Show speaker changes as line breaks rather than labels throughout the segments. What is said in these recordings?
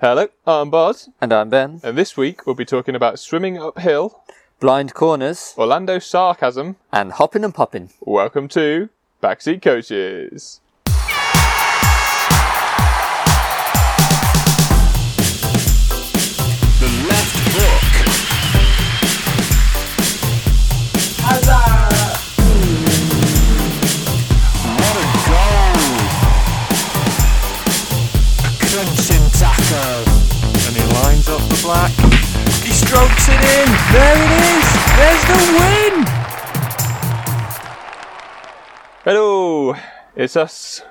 Hello, I'm Buzz,
And I'm Ben.
and this week we'll be talking about swimming uphill,
Blind corners
Orlando sarcasm.
and hopping and popping.
Welcome to Backseat Coaches.
What a goal! A crunching tackle. And he lines up the black. He strokes it in. There it is. There's the win.
Hello, it's us.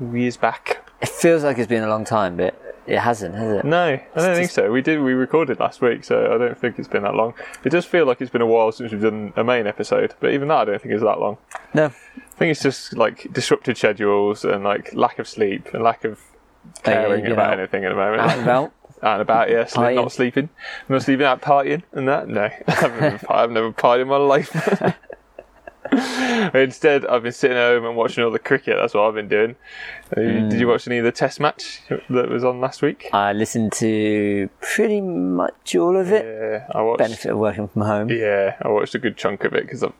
We is back.
It feels like it's been a long time, but it hasn't, has it?
No, I don't think so. We did. We recorded last week, so I don't think it's been that long. It does feel like it's been a while since we've done a main episode, but even that I don't think is that long.
No.
I think it's just like disrupted schedules and like lack of sleep and lack of caring
you
about
know,
anything at the moment.
Out and about.
out and about, yeah, sleep,
Partying.
not sleeping, not sleeping out, partying and that. No, I've never, par- I've never partied in my life. Instead, I've been sitting at home and watching all the cricket. That's what I've been doing. Uh, Did you watch any of the Test match that was on last week?
Hmm. I listened to pretty much all of it.
Yeah, I watched.
Benefit of working from home.
Yeah, I watched a good chunk of it because I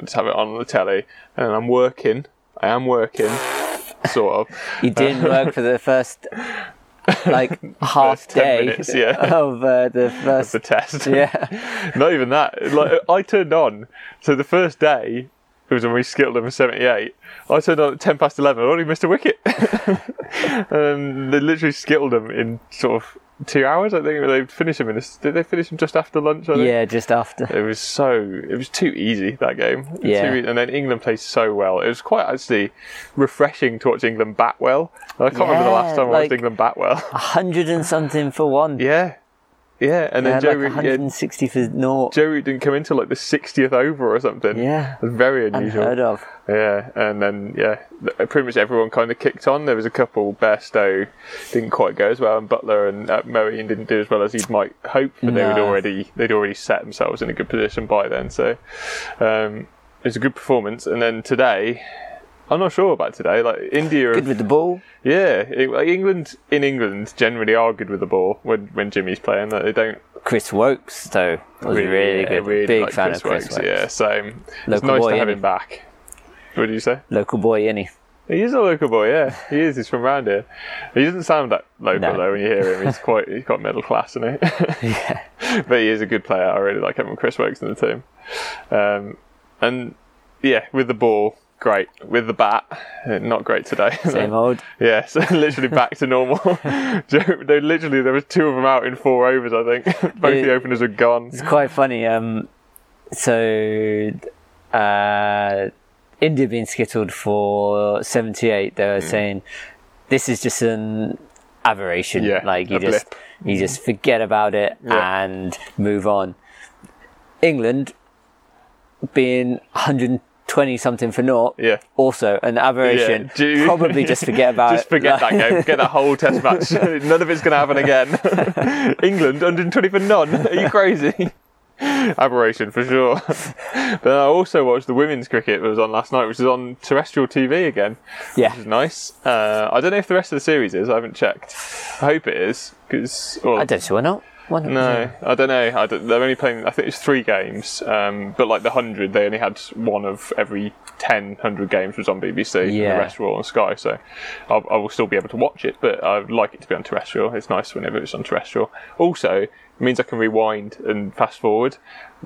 just have it on the telly, and I'm working. I am working, sort of.
You didn't work for the first, like, half
10
day
minutes, yeah.
of uh, the first.
The test.
yeah.
Not even that. Like I turned on. So the first day it was when we skipped number seventy-eight. I turned on at ten past eleven. I already missed a wicket. and they literally skittled them in sort of two hours. I think they finished them in. A, did they finish them just after lunch? I think?
Yeah, just after.
It was so. It was too easy that game.
Yeah.
Too ea- and then England played so well. It was quite actually refreshing to watch England bat well. I can't remember the
Yeah,
last time I watched
like- ah.
England bat well.
A hundred and something for one.
yeah. Yeah. And
They
then
had
Joe
like
Root- yeah,
160 for naught.
Joe Root didn't come into like the 60th over or something.
Yeah.
It was very
Unheard
unusual.
of.
Yeah, and then yeah, th- pretty much everyone kind of kicked on. There was a couple Bairstow didn't quite go as well, and Butler and uh, Moeen didn't do as well as you might hope, but they would
No.
already they'd already set themselves in a good position by then. So um, it was a good performance. And then today, I'm not sure about today. Like India,
Good with the ball.
yeah, it- like, England in England generally are good with the ball when when Jimmy's playing. Like, they don't
Chris Wokes, though, was really,
yeah,
good.
really
Big
like
fan of Chris Wokes.
Yeah, so it's
Local
nice
boy,
to have
isn't
him
he?
back. What do you say?
Local boy, any.
He is a local boy, yeah. He is. He's from round here. He doesn't sound that local
No.
though when you hear him. He's quite he's quite middle class, isn't he?
Yeah.
but he is a good player. I really like having Chris Wokes in the team. Um, and yeah, with the ball, great. With the bat, eh, not great today.
Same old.
yeah, so literally back to normal. Joe- no, literally there was two of them out in four overs. I think both
Yeah.
the openers are gone.
It's quite funny. Um, so, uh, India being skittled for 78, they were
Hmm.
saying this is just an aberration.
Yeah,
like you
a
just
blip.
you just forget about it
Yeah.
and move on. England being 120 something for naught.
Yeah.
Also an aberration.
do you-
Probably just forget about
Just
it.
forget
Like-
that game. Forget that whole test match. none of it's going to happen again. England, 120 for none. Are you crazy? Aberration for sure. but then I also watched the women's cricket that was on last night, which is on terrestrial TV again.
Yeah.
Which is nice. Uh, I don't know if the rest of the series is. I haven't checked. I hope it is. Cause, well,
I don't see why not. Why not?
no, I don't know. I don't- they're only playing. I think it's three games. Um, but like the hundred, they only had one of every 10 hundred games was on BBC. And
Yeah.
the rest were all on Sky. So I'll, I will still be able to watch it, but I'd like it to be on terrestrial. It's nice whenever it's on terrestrial. Also, it means I can rewind and fast forward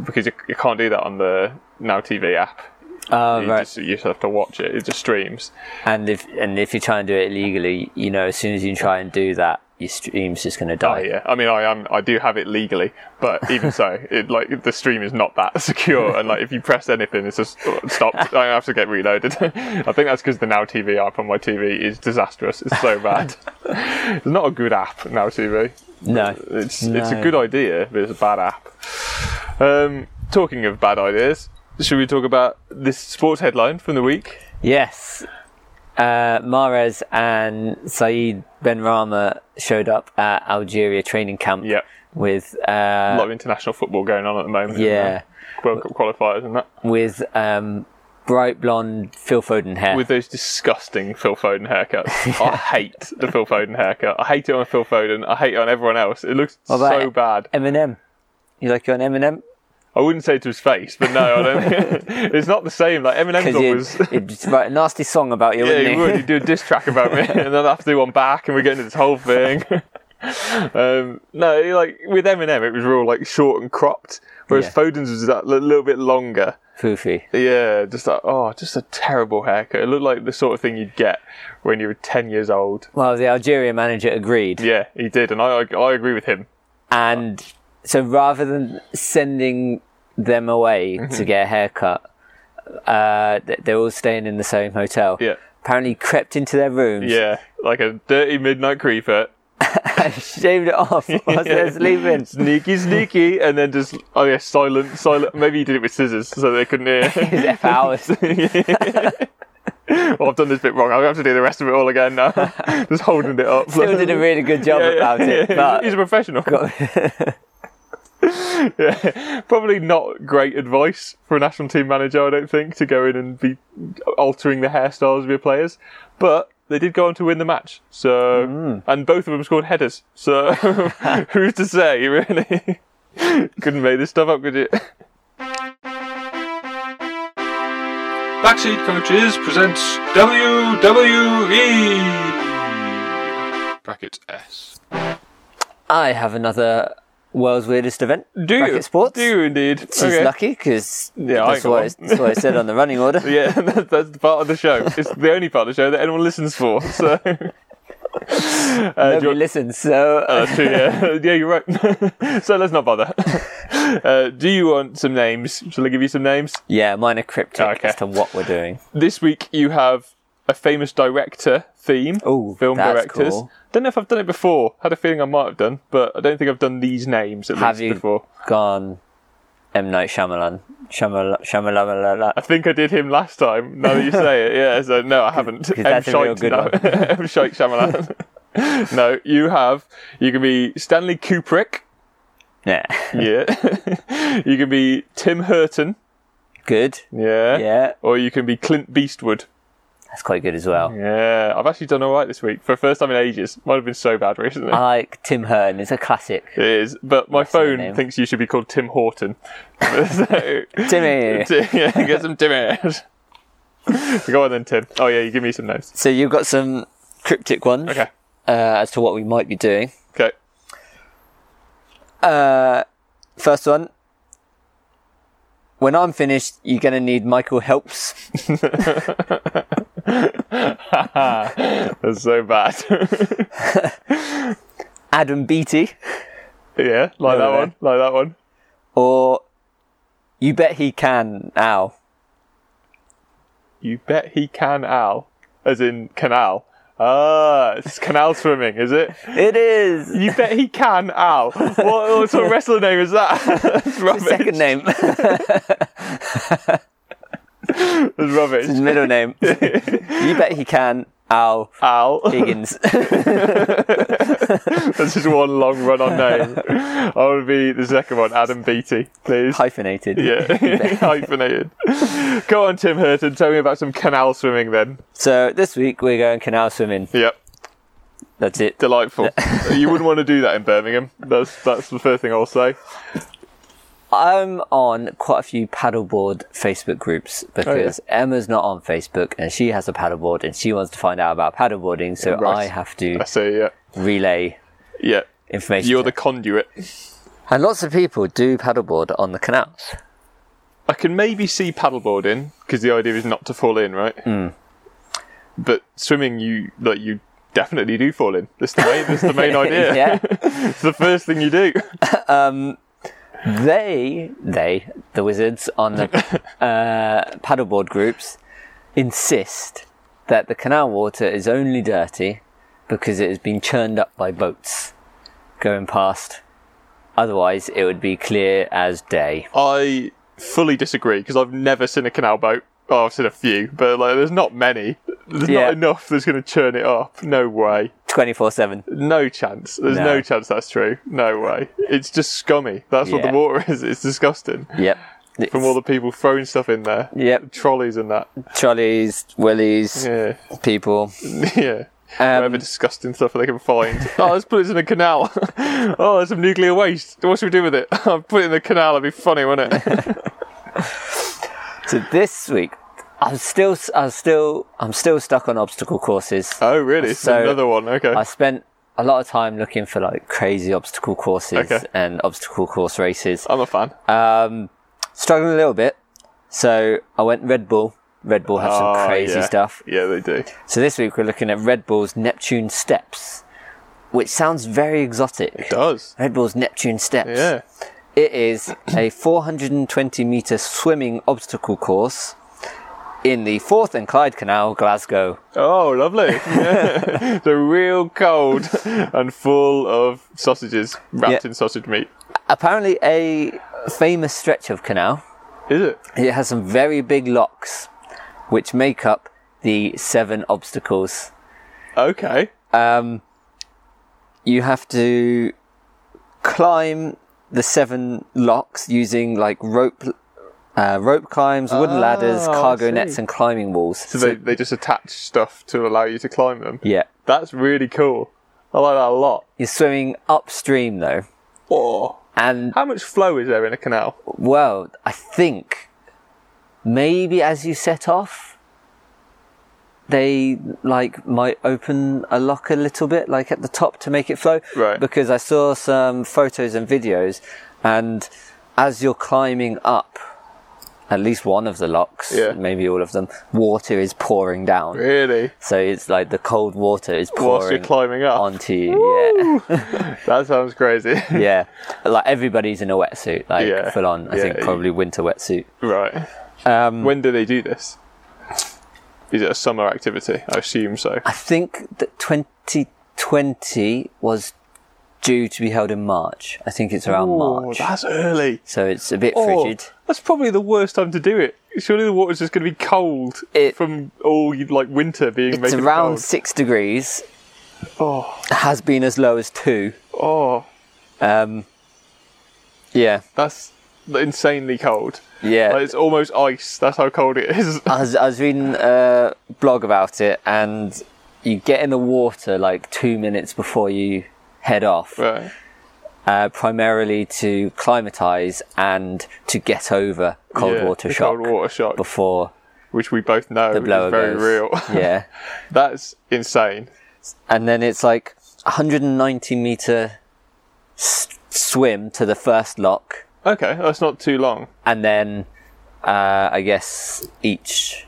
because you, you can't do that on the Now TV app.
Oh,
You
right.
just you just have to watch it. It just streams.
And if and if you try and do it illegally, you know, as soon as you try and do that, your stream's just going to die.
Oh, Yeah, I mean, I am. I do have it legally, but even so, it like the stream is not that secure. And like, if you press anything, it's just oh, stopped. I have to get reloaded. I think that's because the Now TV app on my TV is disastrous. It's so bad. it's not a good app, Now TV.
No,
It's it's a
No.
good idea, but it's a bad app. Um, talking of bad ideas, should we talk about this sports headline from the week?
yes. Uh, Mares and Saeed Ben Rama showed up at Algeria training camp
Yeah.
with
A
uh,
lot of international football going on at the moment. isn't
yeah
there? World Cup qualifiers and that.
with um, bright blonde Phil Foden hair.
with those disgusting Phil Foden haircuts. I hate the Phil Foden haircut. I hate it on Phil Foden. I hate it on everyone else. It looks
What about
so bad.
Eminem. You like your Eminem?
I wouldn't say it to his face, but no, I don't. it's not the same. Like Eminem's
Because
always.
he'd, he'd just write a nasty song about you,
Yeah,
wouldn't
he would. He'd do a diss track about me, and then I have to do one back, and we're getting into this whole thing. um, no, like with Eminem, it was real like short and cropped, whereas
Yeah.
Foden's was that li- little bit longer.
Foofy.
Yeah, just like oh, just a terrible haircut. It looked like the sort of thing you'd get when you were ten years old.
Well, the Algeria manager agreed.
Yeah, he did, and I I, I agree with him.
And so rather than sending them away
Mm-hmm.
to get a haircut, uh, th- they're all staying in the same hotel.
Yeah.
Apparently crept into their rooms
Yeah, like a dirty midnight creeper.
and shaved it off whilst they're sleeping.
Sneaky, sneaky, and then just oh yeah, silent, silent. Maybe he did it with scissors so they couldn't hear.
He's there for hours.
well, I've done this bit wrong. I'm going to have to do the rest of it all again now. Just holding it up.
Still did a really good job
Yeah, yeah,
about it.
yeah.
But
He's a professional. yeah. Probably not great advice for a national team manager, I don't think, to go in and be altering the hairstyles of your players. But they did go on to win the match. So,
Mm.
and both of them scored headers. So, who's to say, really? Couldn't make this stuff up, could you?
Backseat Coaches presents WWE brackets S.
I have another world's weirdest event.
Do you?
Bracket sports.
Do you indeed?
She's lucky because
I
that's,
got
what
one.
it's- that's what I said on the running order.
Yeah, that's, that's the part of the show. It's the only part of the show that anyone listens for. So, uh, do you
Nobody
want-
listens, so uh,
Oh, that's true, yeah. yeah, you're right. so let's not bother. Uh, do you want some names? Shall I give you some names?
yeah, mine are cryptic
Okay.
as to what we're doing.
This week you have a famous director theme.
Ooh,
film
that's
directors.
cool.
Don't know if I've done it before. Had a feeling I might have done, but I don't think I've done these names at
Have
least
you-
before.
Gone, M Night Shyamalan, Shyamalan, Shyamalan.
I think I did him last time. Now that you say it, yeah. So no, I haven't. M.
that's a real
Shaikh,
good
no.
one.
M. Shaikh Shyamalan. no, you have. You can be Stanley Kubrick.
Yeah,
Yeah. you can be Tim Burton.
good.
Yeah.
Yeah,
Or you can be Clint Beastwood.
that's quite good as well.
Yeah. I've actually done all right this week for the first time in ages. Might have been so bad recently.
I like Tim Hearn. It's a classic.
it is, but my
the
phone
name.
thinks you should be called Tim Horton. So-
Timmy.
Tim- yeah, get some Tim out. Go on then, Tim. Oh yeah, you give me some notes.
So you've got some cryptic ones
Okay.
uh, as to what we might be doing.
Okay.
Uh, first one. When I'm finished, you're gonna need Michael Helps.
That's so bad.
Adam Beatty
yeah, like that
Over
one. Like that one.
or You Bet He Can Al.
You bet he can Al. As in canal. Ah, it's canal swimming, is it?
It is
You bet he can Al. What, what sort of wrestler name is that? That's rubbish.
second name,
That's rubbish.
middle name. you bet he can Al
Al.
Higgins.
That's just one long run on name. I would be the second one, Adam Beatty, please.
Hyphenated.
Yeah, hyphenated. Go on, Tim Hurton. Tell me about some canal swimming then.
So this week we're going canal swimming.
Yep.
That's it.
delightful. you wouldn't want to do that in Birmingham. That's that's the first thing I'll say.
I'm on quite a few paddleboard Facebook groups
Oh,
because Emma's not on Facebook and she has a paddleboard and she wants to find out about paddleboarding. So
Right.
I have to
I say yeah,
relay
yeah.
information.
You're
to
the conduit.
her. and lots of people do paddleboard on the canals.
I can maybe see paddleboarding because the idea is not to fall in, right?
Hmm.
But swimming, you like you definitely do fall in. That's the main, that's the main idea.
yeah.
It's the first thing you do.
They, they, the wizards on the uh, paddleboard groups, insist that the canal water is only dirty because it has been churned up by boats going past. Otherwise, it would be clear as day.
I fully disagree because I've never seen a canal boat. Oh, I've seen a few, but like, there's not many. There's
Yeah.
not enough that's going to churn it up. No way.
24 7.
No chance. There's no.
No.
chance that's true. No way. It's just scummy. That's what
Yeah.
the water is. It's disgusting.
Yep.
from all the people throwing stuff in there.
Yep.
Trolleys and that.
Trolleys, willies,
Yeah.
people.
yeah.
Um,
Whatever disgusting stuff they can find. oh, let's put this in a canal. oh, there's some nuclear waste. What should we do with it? I'll put it in the canal. It'd be funny, wouldn't it?
So this week, I'm still, I'm still, I'm still stuck on obstacle courses.
oh, really? It's
So-
another one. Okay.
I spent a lot of time looking for like crazy obstacle courses
Okay.
and obstacle course races.
I'm a fan.
Um, struggling a little bit, so I went Red Bull. Red Bull have some
Oh,
crazy
yeah.
stuff.
Yeah, they do.
So this week we're looking at Red Bull's Neptune Steps, which sounds very exotic.
Does.
Red Bull's Neptune Steps.
Yeah.
It is a 420 meter swimming obstacle course in the Forth and Clyde Canal, Glasgow.
Oh, lovely. Yeah. They're real cold and full of sausages wrapped
Yeah.
in sausage meat.
Apparently, a famous stretch of canal.
Is it?
It has some very big locks, which make up the seven obstacles.
Okay.
You have to climb the seven locks using like rope, uh, rope climbs, wooden ladders,
Oh, I
cargo
see.
nets, and climbing walls.
So they, they just attach stuff to allow you to climb them.
yeah,
That's really cool. I like that a lot.
you're swimming upstream though,
Oh.
and
How much flow is there in a canal?
well, I think maybe as you set off. They like might open a lock a little bit, like at the top to make it flow.
Right.
Because I saw some photos and videos, and as you're climbing up, at least one of the locks,
Yeah.
maybe all of them, water is pouring down.
Really?
So it's like the cold water is
Whilst you're
pouring
climbing up.
onto you. Yeah.
That sounds crazy.
yeah, like everybody's in a wetsuit, like
Yeah.
full on. I
Yeah,
think
you-
probably winter wetsuit.
right.
Um,
When do they do this? Is it a summer activity? I assume so.
I think that 2020 was due to be held in March. I think it's around
Oh,
March,
that's early.
so it's a bit
Oh,
frigid.
that's probably the worst time to do it. Surely the water's just going to be cold
It-
from all like winter being
It's
making
around
It
six degrees.
cold.
Has been as low as two.
Oh, oh,
Um, yeah,
that's insanely cold.
yeah.
Like, it's almost ice. That's how cold it is.
I was, I was reading a blog about it, and you get in the water like two minutes before you head off.
right.
uh, primarily to climatize and to get over cold
Yeah,
water
the
shock
Cold water shock,
before
which we both know
the blower
is very
goes.
real.
yeah,
that's insane.
and then it's like 190 meter s- swim to the first lock,
Okay, that's not too long.
and then uh, I guess each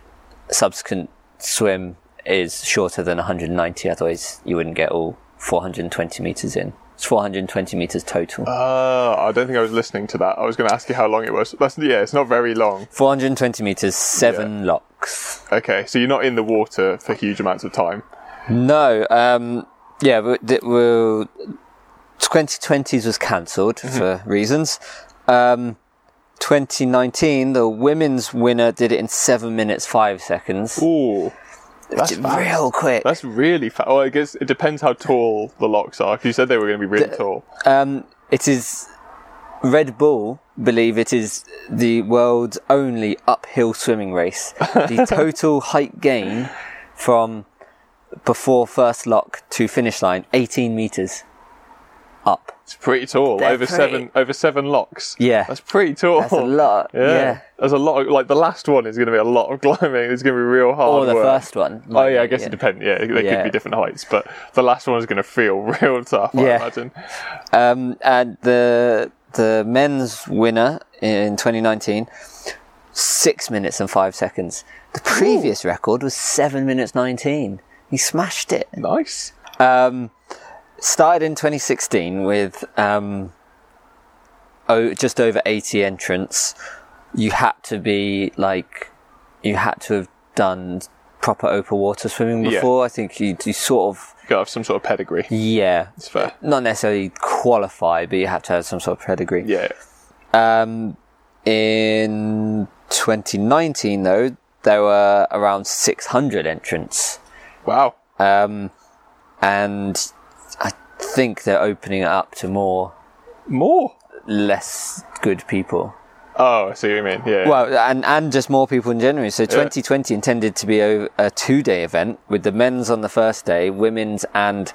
subsequent swim is shorter than 190. Otherwise, you wouldn't get all 420 meters in. It's 420 meters total.
Uh, I don't think I was listening to that. I was going to ask you how long it was. That's yeah, it's not very long.
420 meters, seven locks.
Okay, so you're not in the water for huge amounts of time.
No, um, yeah, but th- well, 2020s was canceled
Mm-hmm.
for reasons. Um, 2019, the women's winner did it in seven minutes five seconds.
Ooh, that's
It's
fast.
real quick.
That's really fast. Oh, I guess it depends how tall the locks are. If you said they were going to be really tall,
Um, it is Red Bull believe it is the world's only uphill swimming race. The total height gain from before first lock to finish line, 18 meters up.
it's pretty tall.
They're
Over
pretty-
seven, over seven locks.
Yeah.
that's pretty tall.
That's a lot.
Oh, Yeah.
yeah.
there's a lot. Of, like the last one is going to be a lot of climbing. It's going to be real hard.
or the
work.
first one.
Oh
Like,
yeah, I guess it depends. Yeah, they
Yeah.
could be different heights, but the last one is going to feel real tough. I
Yeah.
imagine.
Um, and the the men's winner in 2019, six minutes and five seconds. The previous record was seven minutes 19. He smashed it.
Nice.
Um, started in 2016 with um, oh, just over 80 entrants. You had to be like, you had to have done proper open water swimming
Yeah.
before. I think you, you sort of,
Got to have some sort of pedigree.
yeah,
It's fair.
not necessarily qualify, but you have to have some sort of pedigree.
Yeah.
Um, in 2019, though, there were around 600 entrants,
Wow.
and I think they're opening it up to more
More.
less good people.
Oh, I see what you mean. Yeah.
Well, and, and just more people in January. So 2020 intended to be a, a two day event with the men's on the first day, women's and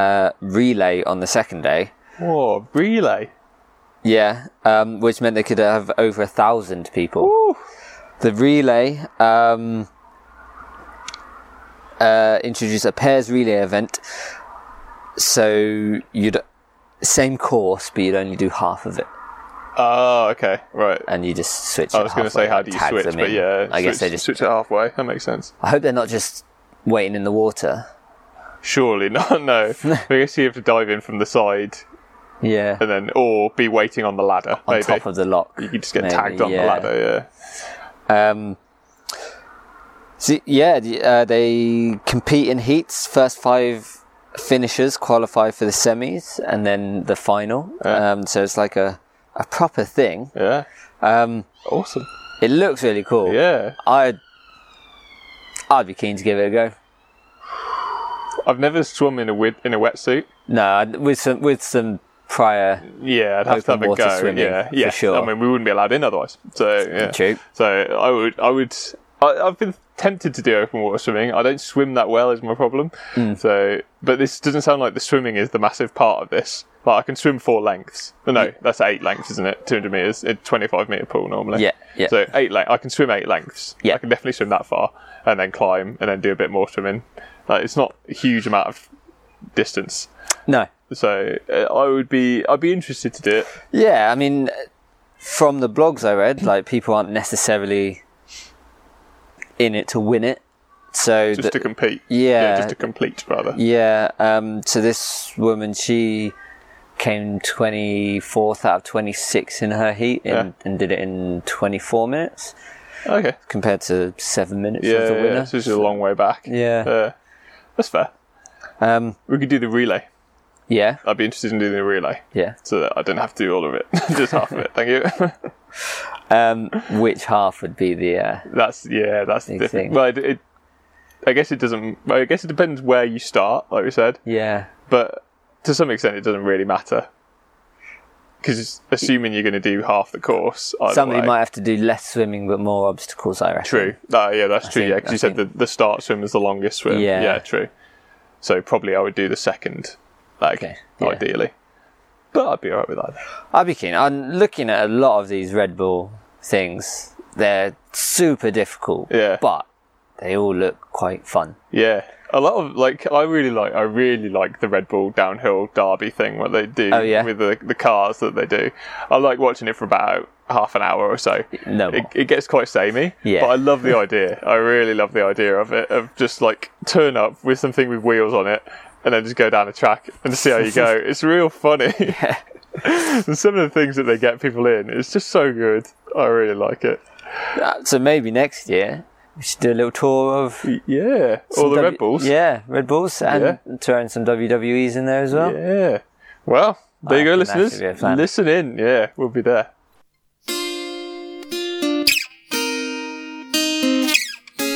uh, relay on the second day.
Whoa, relay.
Yeah, um, which meant they could have over a thousand people.
Woo.
The relay um, uh, introduced a pairs relay event. So you'd same course, but you'd only do half of it,
Oh, okay, right.
and you just switch.
I
it
was going to
halfway,
say, how
like,
do you
tag
switch?
them
But
in.
yeah,
I guess
switch-
they just.
switch it halfway. That makes sense.
I hope they're not just waiting in the water.
Surely not. No, I guess you have to dive in from the side
Yeah,
and then, or be waiting on the ladder.
on
maybe
top of the lock.
you just get
maybe,
tagged on the
yeah.
ladder.
Um, so, yeah, the- uh, they compete in heats. First five finishers qualify for the semis and then the final.
Yeah.
Um, so it's like a, a proper thing.
Yeah, yeah.
Um,
Awesome.
it looks really cool.
Yeah,
I'd, I'd be keen to give it a go.
I've never swum in a wet in a wetsuit.
No, I'd- with some with some prior
Yeah, I'd have to
Open
have a
water
go.
swimming,
yeah,
for
yeah.
sure.
I mean, we wouldn't be allowed in otherwise. So yeah.
True.
So I would, I would, I, I've been tempted to do open water swimming. I don't swim that well, is my problem.
Hmm.
So, but this doesn't sound like the swimming is the massive part of this. Like I can swim four lengths. No, that's eight lengths, isn't it? Two hundred meters, a twenty-five meter pool normally.
Yeah, yeah.
So eight length. I can swim eight lengths.
Yeah.
I can definitely swim that far, and then climb, and then do a bit more swimming. Like it's not a huge amount of distance.
no.
So uh, I would be, I'd be interested to do it.
Yeah, I mean, from the blogs I read, like people aren't necessarily in it to win it. So
just
the-
to compete.
yeah.
just to complete rather.
Yeah, um, so this woman, she came 24th out of 26 in her heat and, and did it in 24 minutes
Okay.
compared to seven minutes
Yeah,
of the
yeah,
winner.
this is a long way back.
Yeah.
Uh, that's fair.
Um,
We could do the relay.
yeah,
I'd be interested in doing the relay,
yeah.
so that I don't have to do all of it, just half of it. Thank you.
Um, which half would be the. Uh,
that's yeah, that's the
Big
different.
thing.
Well, it, it, I guess it doesn't. well, I guess it depends where you start, like we said,
yeah.
but to some extent, it doesn't really matter. Because assuming you're going to do half the course, either
Somebody
way.
might have to do less swimming but more obstacles, I reckon.
True. Ah, yeah, that's true.
think-
yeah, because
I
you said the,
think-
the start swim is the longest swim.
Yeah.
true. So probably I would do the second leg,
Okay, yeah.
ideally. But I'd be alright with that.
I'd be keen. I'm looking at a lot of these Red Bull things. They're super difficult,
Yeah.
but they all look quite fun.
Yeah. A lot of like I really like I really like the Red Bull downhill derby thing what they do
Oh, yeah?
with the the cars that they do. I like watching it for about half an hour or so.
No
It,
more.
it gets quite samey.
Yeah.
But I love the idea. I really love the idea of it of just like turn up with something with wheels on it and then just go down a track and see how you go. it's real funny. and some of the things that they get people in, it's just so good. I really like it.
Uh, So maybe next year we should do a little tour of
Y- Yeah.
some
All the
W-
Red Bulls.
Yeah, Red Bulls, and
Yeah.
throwing some WWEs in there as well.
Yeah. Well, there you go,
think that
listeners.
should be a plan.
Listen in. Yeah, we'll be there.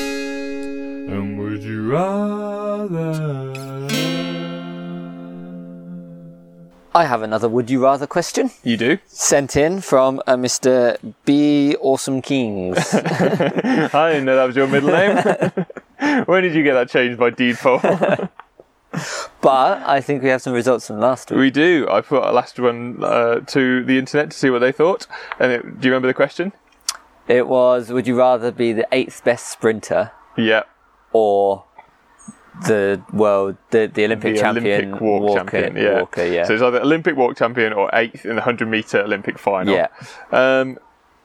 And would you rather?
I have another Would You Rather question
You do.
sent in from uh, Mr. B. Awesome Kings.
I didn't know that was your middle name. when did you get that changed by default?
but I think we have some results from last week.
we do. I put our last one uh, to the internet to see what they thought. And it, do you remember the question?
It was Would you rather be the eighth best sprinter
Yeah.
or the world the, the Olympic champion
Olympic walk
Walker,
champion. Yeah.
Walker, yeah.
So it's either Olympic walk champion or eighth in the hundred meter Olympic final.
Yeah.
Um,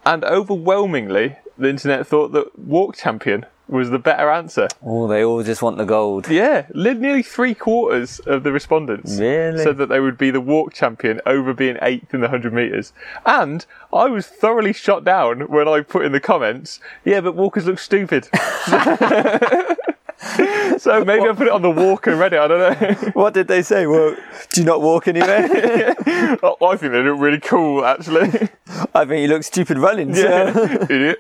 and overwhelmingly, the internet thought that walk champion was the better answer.
oh, they all just want the gold.
Yeah, li- nearly three quarters of the respondents
Really?
said that they would be the walk champion over being eighth in the 100 metres. And I was thoroughly shot down when I put in the comments, yeah, but walkers look stupid. so maybe I put it on the walker Reddit, I don't
What did they say? Well, do you not walk anywhere?
know. I I think they look really cool, actually.
I think you look stupid running.
Idiot.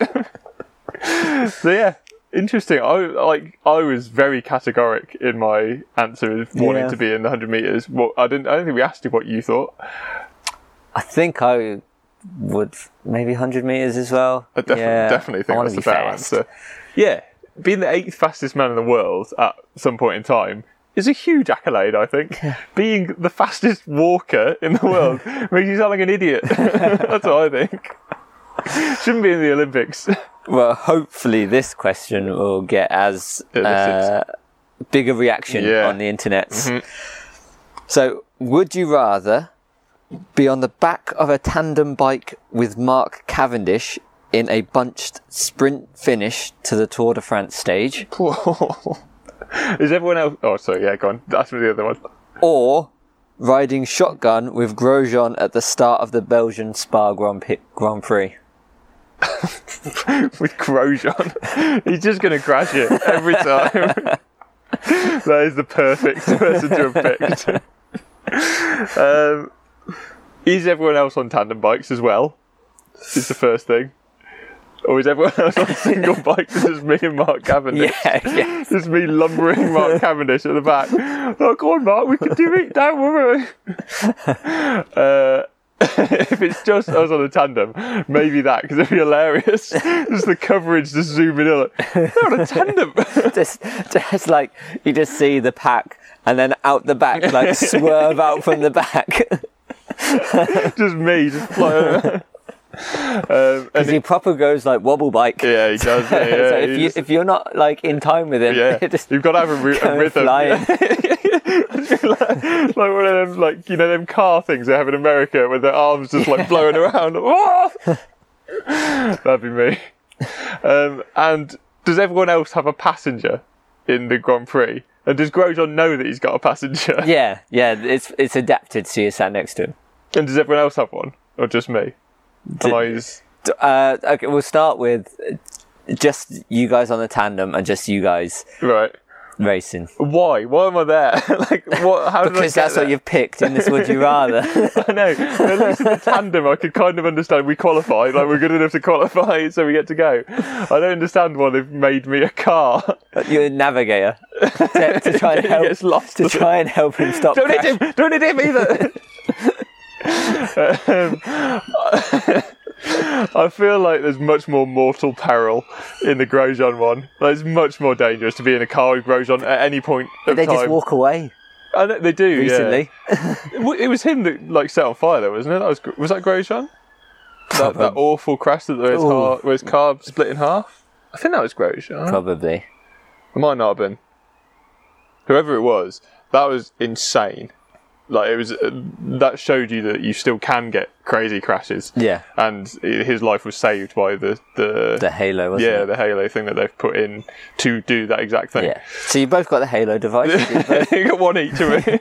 so yeah, interesting. I like I was very categoric in my answer of wanting
Yeah.
to be in the hundred meters. Well, I didn't. I don't think we asked you what you thought.
I think I would maybe 100 meters as well.
I definitely,
yeah,
definitely
I
think
wanna
that's
be
the better
fast.
answer. Yeah, being the eighth fastest man in the world at some point in time is a huge accolade, I think. being the fastest walker in the world makes you sound like an idiot. that's what I think. Shouldn't be in the Olympics.
Well, hopefully this question will get as
this is-
uh, big a reaction
Yeah. Mm-hmm.
on the internet. So, would you rather be on the back of a tandem bike with Mark Cavendish in a bunched sprint finish to the Tour de France stage,
is everyone else? Oh, sorry. Yeah, go on. Ask me the other one.
or riding shotgun with Grosjean at the start of the Belgian Spa Grand, Pi- Grand Prix?
with Grosjean. He's just going to crash it every time. that is the perfect person to have picked. um, is everyone else on tandem bikes as well? Is the first thing. Or is everyone else on single bikes? It's just me and Mark Cavendish.
Yeah, yeah.
Just me lumbering Mark Cavendish at the back. Oh, come on, Mark, we can do it. Don't worry. uh, if it's just us on a tandem, maybe that because it'd be hilarious. just the coverage just zooming in. Like, They're on a tandem.
just, just like you just see the pack and then out the back, like swerve out from the back.
just me, just flying. over. um, and
Because he proper goes like wobble bike.
yeah, he does. Yeah, yeah,
so if,
he
you,
just-
if you're not like in time with him,
yeah.
it just
you've got to have a, ry- a
going
rhythm.
flying.
like one of them, like you know, them car things they have in America with their arms just like blowing around. Whoa! That'd be me. Um, and does everyone else have a passenger in the Grand Prix? And does Grosjean know that he's got a passenger?
yeah, yeah. It's it's adapted so you sat next to him.
And does everyone else have one, or just me? Am I just-
D- Uh, okay, we'll start with just you guys on the tandem and just you guys
right?
racing
Why? Why am I there? like, what? How did I
because
get
that's
there?
what you've picked in this. Would you rather?
I know. At least in the tandem, I could kind of understand we qualified. Like we're good enough to qualify, so we get to go. I don't understand why they've made me a car.
You're a navigator to, to try and
He
help.
gets lost,
to
doesn't
try and help him stop.
Don't hit
crashing.
him! Don't hit him either. Um, I feel like there's much more mortal peril in the Grosjean one. Like, it's much more dangerous to be in a car with Grosjean at any point of
They
time.
just walk away
I know, they do. yeah.
recently.
W- It was him that like set on fire, though, wasn't it? That was Gr- was that Grosjean? That, that awful crash that where his,
Ooh.
car, where his car split in half. I think that was Grosjean.
Probably.
It might not have been. Whoever it was, that was insane. Like it was, uh, that showed you that you still can get crazy crashes.
Yeah.
And i- his life was saved by the the,
The halo, wasn't
yeah
it?
the halo thing that they've put in to do that exact thing.
Yeah. So you both got the halo device. you both-
you got one each of me.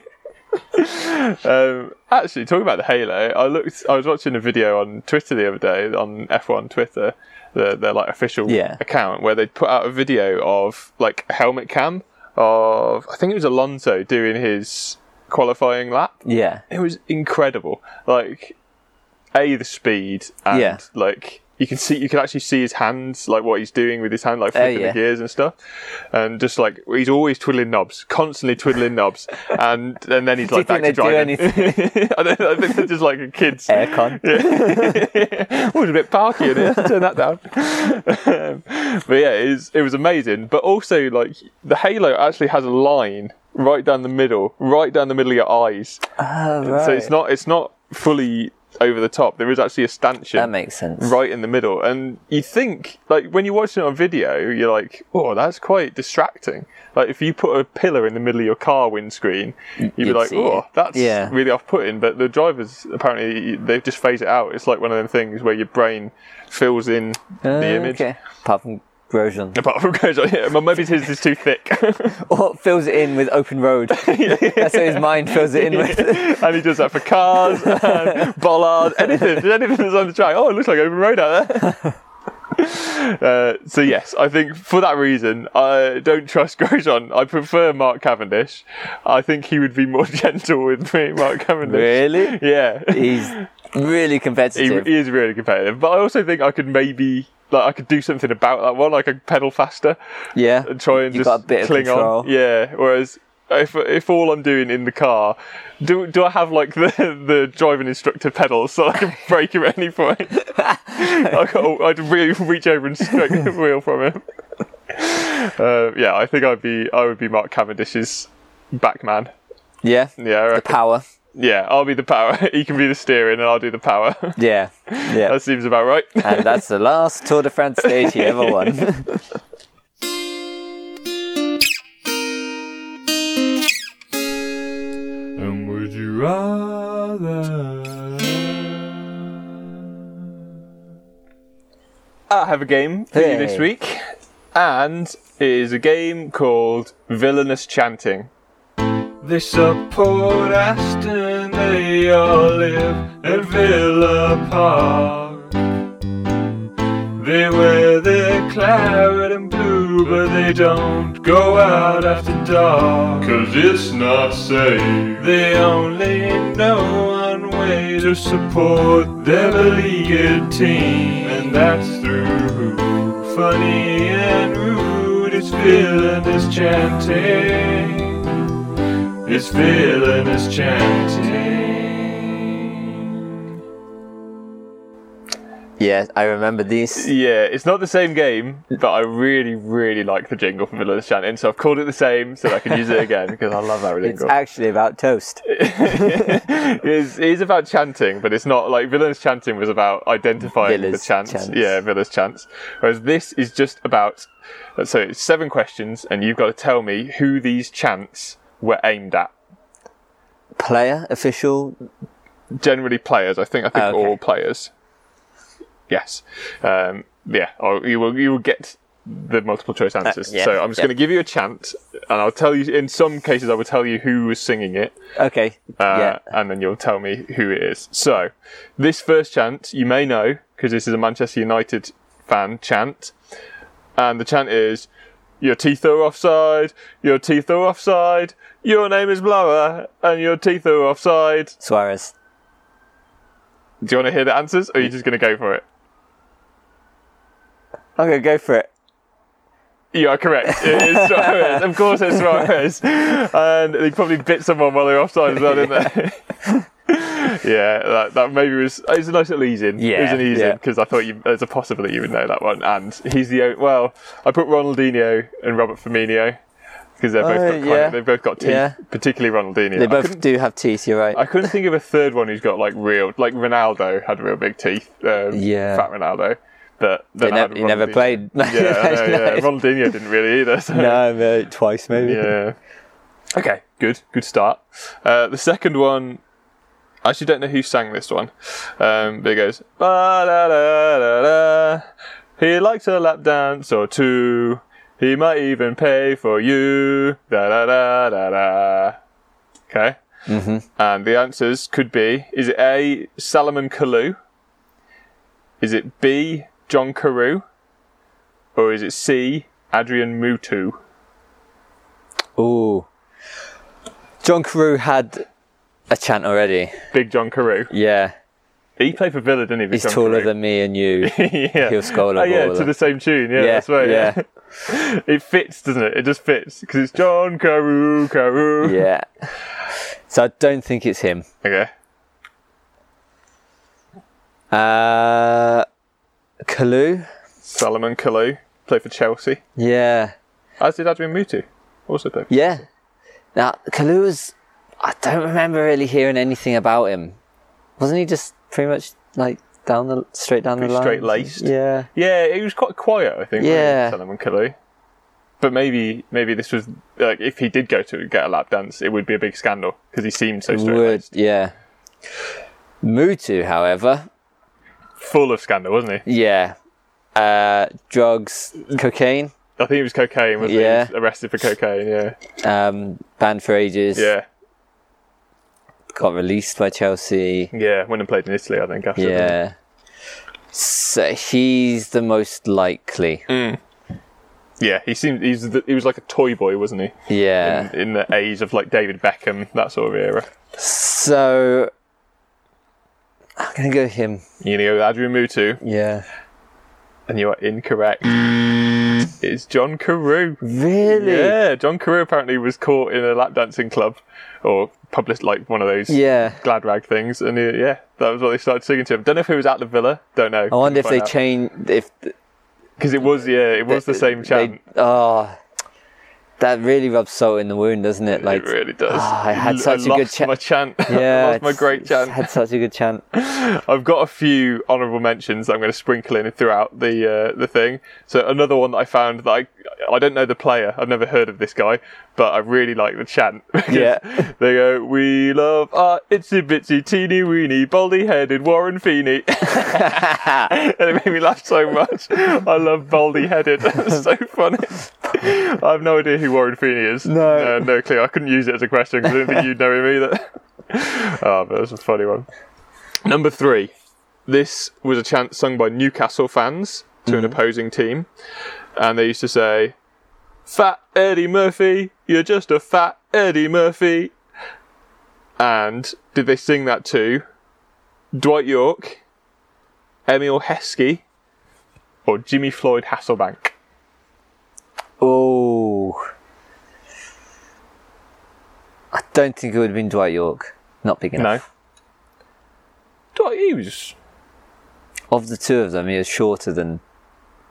um, actually, talking about the Halo, I looked. I was watching a video on Twitter the other day on F1 Twitter, their, their like official
Yeah.
account, where they put out a video of like a helmet cam of I think it was Alonso doing his qualifying lap.
yeah.
It was incredible. Like, a the speed and
Yeah.
like. You can see, you can actually see his hands, like what he's doing with his hand, like flipping
Oh, yeah.
the gears and stuff, and just like he's always twiddling knobs, constantly twiddling knobs, and and then he's like
think
back to
they do
driving. I, don't, I think they're just like a kid's.
Aircon.
Yeah. oh, it's a bit parky in it. Turn that down. Um, but yeah, it, is, it was amazing. But also, like the Halo actually has a line right down the middle, right down the middle of your eyes.
Oh, right.
So it's not it's not fully over the top. There is actually a stanchion
That makes sense.
right in the middle. And you think, like, when you watch it on video, you're like, oh, that's quite distracting. Like, if you put a pillar in the middle of your car windscreen, you'd, be
you'd
like,
see
oh,
it."
that's
Yeah.
really off putting. But the drivers, apparently, they just phase it out. It's like one of them things where your brain fills in the image.
Uh, Okay. Apart from Grosjean.
Apart from Grosjean, yeah, well, maybe his is too thick.
Or fills it in with open road. That's what his mind fills it in with.
and he does that for cars, and bollards, anything, just anything that's on the track. Oh, it looks like open road out there. Uh, so yes, I think for that reason, I don't trust Grosjean. I prefer Mark Cavendish. I think he would be more gentle with me, Mark Cavendish.
really?
Yeah,
He's really
he,
competitive.
he is really competitive. But I also think I could maybe like I could do something about that one. I could pedal faster
yeah.
and try and
You
just
got a bit of
cling
control.
on. Yeah. Whereas if if all I'm doing in the car, do do I have like the the driving instructor pedal so I can brake at any point? I got, I'd really reach over and strike the wheel from him. Uh, yeah, I think I'd be I would be Mark Cavendish's backman.
Yeah.
Yeah, I
The
reckon.
power.
yeah, I'll be the power. he can be the steering, and I'll do the power.
Yeah. Yeah.
that seems about right.
and that's the last Tour de France stage he ever won.
And would you rather?
I have a game for you this
Hey.
week, and it is a game called Villainous Chanting.
They support Aston, they all live at Villa Park. They wear their claret and blue, but they don't go out after dark. Cause it's not safe. They only know one way to support their beleaguered team, and that's through funny and rude. It's villainous chanting. It's villainous chanting.
yeah, I remember these.
Yeah, it's not the same game, but I really, really like the jingle for Villainous Chanting, so I've called it the same so that I can use it again because I love that
It's
jingle.
actually about toast.
it, is, it is about chanting, but it's not like Villainous Chanting was about identifying
Villa's
the chants.
chants.
Yeah, Villainous Chants. Whereas this is just about. So it's seven questions, and you've got to tell me who these chants were aimed at.
Player, official.
generally players. I think I think
Oh, okay.
all players. Yes. Um, yeah. Or you will you will get the multiple choice answers.
Uh, yeah,
so I'm just
yeah.
going to give you a chant, and I'll tell you. In some cases, I will tell you who was singing it,
Okay.
uh,
yeah.
and then you'll tell me who it is. So this first chant you may know because this is a Manchester United fan chant, and the chant is. Your teeth are offside. Your teeth are offside. Your name is Blower, and your teeth are offside.
Suarez.
Do you want to hear the answers, or are you just going to go for it?
Okay, go for it.
You are correct. It is Suarez. of course, it's Suarez. And they probably bit someone while they were offside as well, didn't they? yeah, that, that maybe was. It was a nice little ease in. it was
Yeah,
an ease
yeah.
because I thought you, there's a possibility you would know that one. And he's the only, well, I put Ronaldinho and Robert Firmino because they're both got
Oh,
kind
yeah.
of, they've both got teeth,
Yeah.
particularly Ronaldinho.
They
I couldn't-
both do have teeth, you're right.
I couldn't think of a third one who's got like real, like Ronaldo had real big teeth. Um,
Yeah.
fat Ronaldo. But then
They
I had
nev- he never
Ronaldinho.
played.
Yeah, I know, yeah. Ronaldinho didn't really either. So.
no, mate, twice maybe.
Yeah. Okay. Good. Good start. Uh, the second one, I actually don't know who sang this one. Um, but it goes. "Ba da da da da. He likes a lap dance or two. He might even pay for you. Da da da da da. Okay. And the answers could be: Is it A. Salomon Kalou? Is it B. John Carew? Or is it C. Adrian Mutu?
Ooh. John Carew had a chant already.
Big John Carew.
Yeah.
He played for Villa, didn't he?
He's taller than me and you.
than yeah.
He'll score a
Oh, yeah,
goal.
to the same tune. Yeah, that's right. Yeah.
yeah,
it fits, doesn't it? It just fits because it's John Carew, Carew.
yeah. So I don't think it's him.
Okay.
Uh, Kalu?
Salomon Kalou played for Chelsea.
Yeah.
As did Adrian Mutu. Also played. For
Yeah. Now, Kalu was. I don't remember really hearing anything about him. Wasn't he just pretty much like down the straight down
Pretty
the line?
straight-laced.
Yeah.
Yeah, he was quite quiet. I think. wasn't he,
Yeah.
Salomon Kalou. But maybe, maybe this was like if he did go to get a lap dance, it would be a big scandal because he seemed so
Would
straight,
yeah. Mutu, however,
full of scandal, wasn't he?
yeah. Uh, drugs, cocaine,
I think it was cocaine. Wasn't
Yeah.
he? he was arrested for cocaine. Yeah,
um, banned for ages.
yeah.
Got released by Chelsea.
Yeah, went and played in Italy, I think. After that.
Yeah. So he's the most likely.
Mm. yeah. He seemed he's the, he was like a toy boy, wasn't he?
Yeah.
In, in the age of like David Beckham, that sort of era.
So I'm gonna go him.
You know, Adrian Mutu,
Yeah.
and you are incorrect. It's John Carew.
Really?
Yeah, John Carew apparently was caught in a lap dancing club or published like one of those
Yeah.
glad rag things. And he, yeah, that was what they started singing to him. Don't know if he was at the villa. Don't know.
I wonder if they changed. If
Because it was, yeah, it was the same chant.
They, oh, that really rubs salt in the wound, doesn't it? Like,
it really does.
Ah, I had such a
lost
good chan-
My chant.
yeah,
I lost my
it's-
great
it's
chant.
Had such a good chant.
I've got a few honourable mentions that I'm going to sprinkle in throughout the uh, the thing. So another one that I found that I I don't know the player, I've never heard of this guy, but I really like the chant. because
Yeah.
they go, "We love our itsy bitsy teeny weeny baldy headed Warren Feeney," and it made me laugh so much. I love baldy headed. That's so funny. I have no idea who Warren Feeney is.
No.
no, no clue. I couldn't use it as a question because I didn't think you'd know him either. Oh, but that was a funny one. Number three. This was a chant sung by Newcastle fans to an opposing team, and they used to say, "Fat Eddie Murphy, you're just a fat Eddie Murphy." And did they sing that to Dwight York, Emil Heskey, or Jimmy Floyd Hasselbank?
Oh, I don't think it would have been Dwight York. Not big
No.
enough.
Dwight, he was
Of the two of them, he was shorter than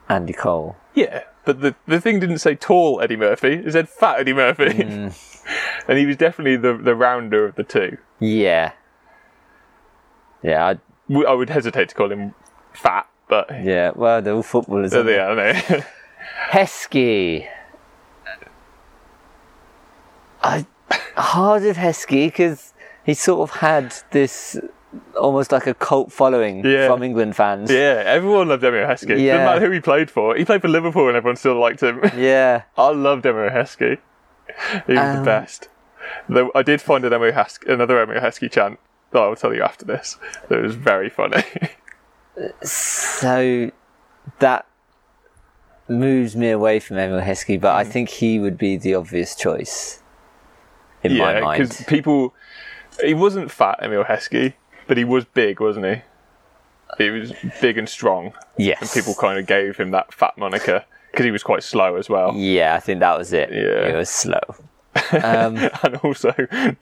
Andy Cole.
Yeah, but the, the thing didn't say tall Eddie Murphy, it said fat Eddie Murphy. and he was definitely the, the rounder of the two.
Yeah. Yeah. I,
W- I would hesitate to call him fat, but
yeah. Well, they're all footballers.
there
aren't
they are, aren't they?
Heskey. I hard of Heskey because he sort of had this almost like a cult following
Yeah.
from England fans.
yeah, everyone loved Emil Heskey. Doesn't
Yeah.
matter who he played for. He played for Liverpool and everyone still liked him.
Yeah.
I loved Emil Heskey. He was the
Um,
best. Though I did find an Emil Hes- another Emil Heskey chant that I'll tell you after this. That was very funny.
So that moves me away from Emil Heskey, but
Hmm.
I think he would be the obvious choice in my
yeah, because
mind.
people. He wasn't fat, Emil Heskey, but he was big, wasn't he? He was big and strong.
Yes.
People kind of gave him that fat moniker because he was quite slow as well,
yeah, I think that was it.
Yeah.
It was slow. Um,
and also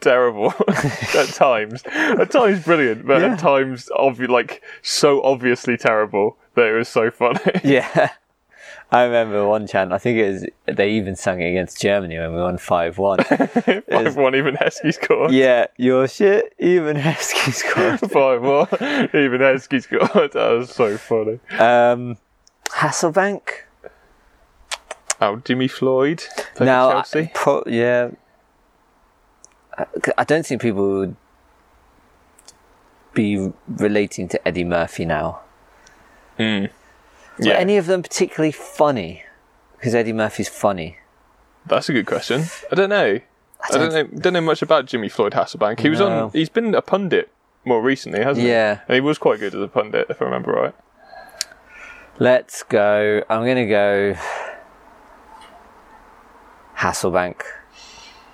terrible at times. At times brilliant, but
Yeah.
at times obvi- like so obviously terrible that it was so funny.
Yeah. I remember one chant, I think it was, they even sung it against Germany when we won 5 1.
Five one, even Heskey scored.
yeah, your shit, even Heskey scored.
Five one, even Heskey scored. That was so funny.
Um, Hasselbank?
Oh, Jimmy Floyd. played for
now, I-
Chelsea.
pro- yeah. I, I don't think people would be relating to Eddie Murphy now.
yeah,
Were uh, any of them particularly funny? Because Eddie Murphy's funny.
That's a good question. I don't know. I don't, know. Don't know much about Jimmy Floyd Hasselbank. He was
No.
on. He's been a pundit more recently, hasn't he?
Yeah.
And he was quite good as a pundit, if I remember right.
Let's go. I'm going to go Hasselbank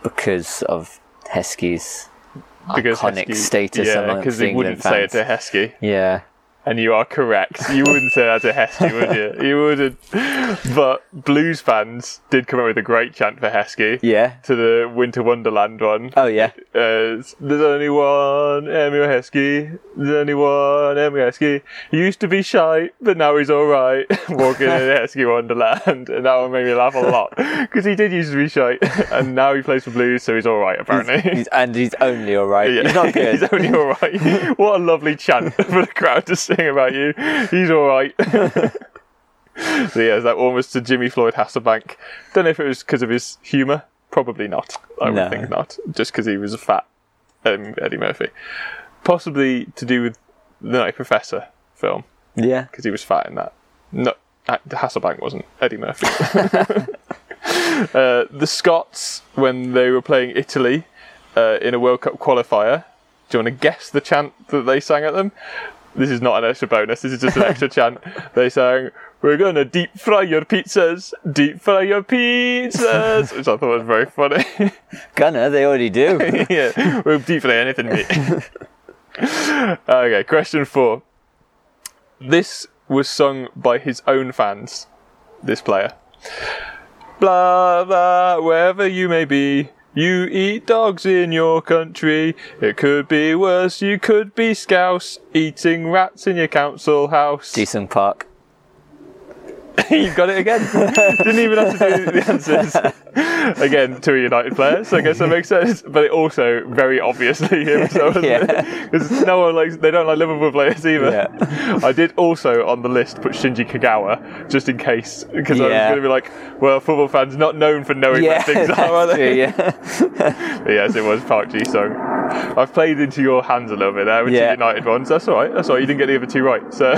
because of Heskey's iconic
Heskey-
status
Yeah,
amongst
he
England
wouldn't say it
fans.
to Heskey.
yeah.
And you are correct. You wouldn't say that to Heskey, would you? You wouldn't. But blues fans did come up with a great chant for Heskey.
Yeah.
To the Winter Wonderland one.
Oh, yeah.
Uh, there's only one Emil Heskey. There's only one Emil Heskey. He used to be shy, but now he's all right. Walking in Heskey Wonderland, and that one made me laugh a lot because he did used to be shy, and now he plays for Blues, so he's all right apparently.
He's, and he's only all right.
Yeah.
He's not good.
He's only all right. what a lovely chant for the crowd to sing about you. He's all right. so yeah, that one was to Jimmy Floyd Hasselbank. Don't know if it was because of his humour. Probably not. I
No.
would think not. Just because he was a fat um, Eddie Murphy. Possibly to do with the Night Professor film
yeah.
because he was fat in that. No, uh, Hasselbank wasn't. Eddie Murphy. uh, the Scots, when they were playing Italy uh, in a World Cup qualifier, do you want to guess the chant that they sang at them? This is not an extra bonus. This is just an extra chant. They sang, "We're gonna deep fry your pizzas, deep fry your pizzas," which I thought was very funny.
Gunner, they already do.
yeah, we'll deep fry anything, mate. okay, question four. This was sung by his own fans. This player. Blah, blah, wherever you may be. You eat dogs in your country. It could be worse. You could be scouse eating rats in your council house.
Decent Park.
you got it again. Didn't even have to do the answers. again, two United players, so I guess that makes sense. But it also very obviously him. So
Yeah.
because no one likes they don't like Liverpool players either. I did also on the list put Shinji Kagawa just in case because I was
Yeah.
going to be like, well, football fans not known for knowing
Yeah,
what things are, are
that's
they?
true, yeah.
But yes, it was Park Ji Sung. I've played into your hands a little bit there with
Yeah.
the United ones. That's all right. That's all right. You didn't get the other two right, so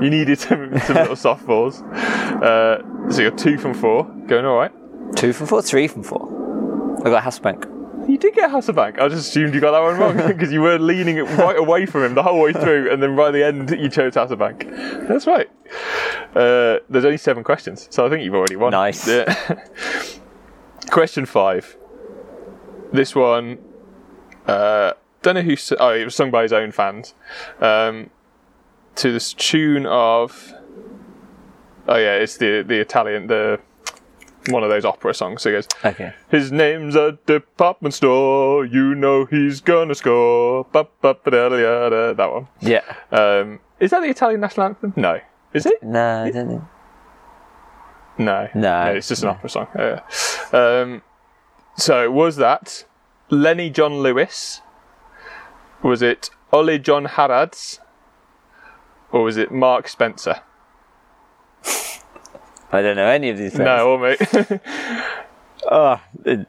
you needed some, some little softballs. Uh, so you're two from four, going all right.
Two from four, three from four. I got Hasbank.
You did get Hasselbank. I just assumed you got that one wrong because you were leaning it right away from him the whole way through, and then by the end you chose Hasselbank. That's right. Uh, there's only seven questions, so I think you've already won.
Nice.
Yeah. Question five. This one, uh, don't know who. s- Oh, it was sung by his own fans, um, to this tune of. Oh yeah, it's the the Italian the one of those opera songs. So it goes.
Okay.
His name's a department store. You know he's gonna score. Ba, ba, ba, da, da, da, da. That one.
Yeah.
Um, is that the Italian national anthem? No. Is it?
No, I don't know.
No.
No.
it's just an opera song. Yeah. Um, so was that Lenny John Lewis? Was it Ollie John Harads? Or was it Mark Spencer?
I don't know any of these.
No, or mate.
Oh, it-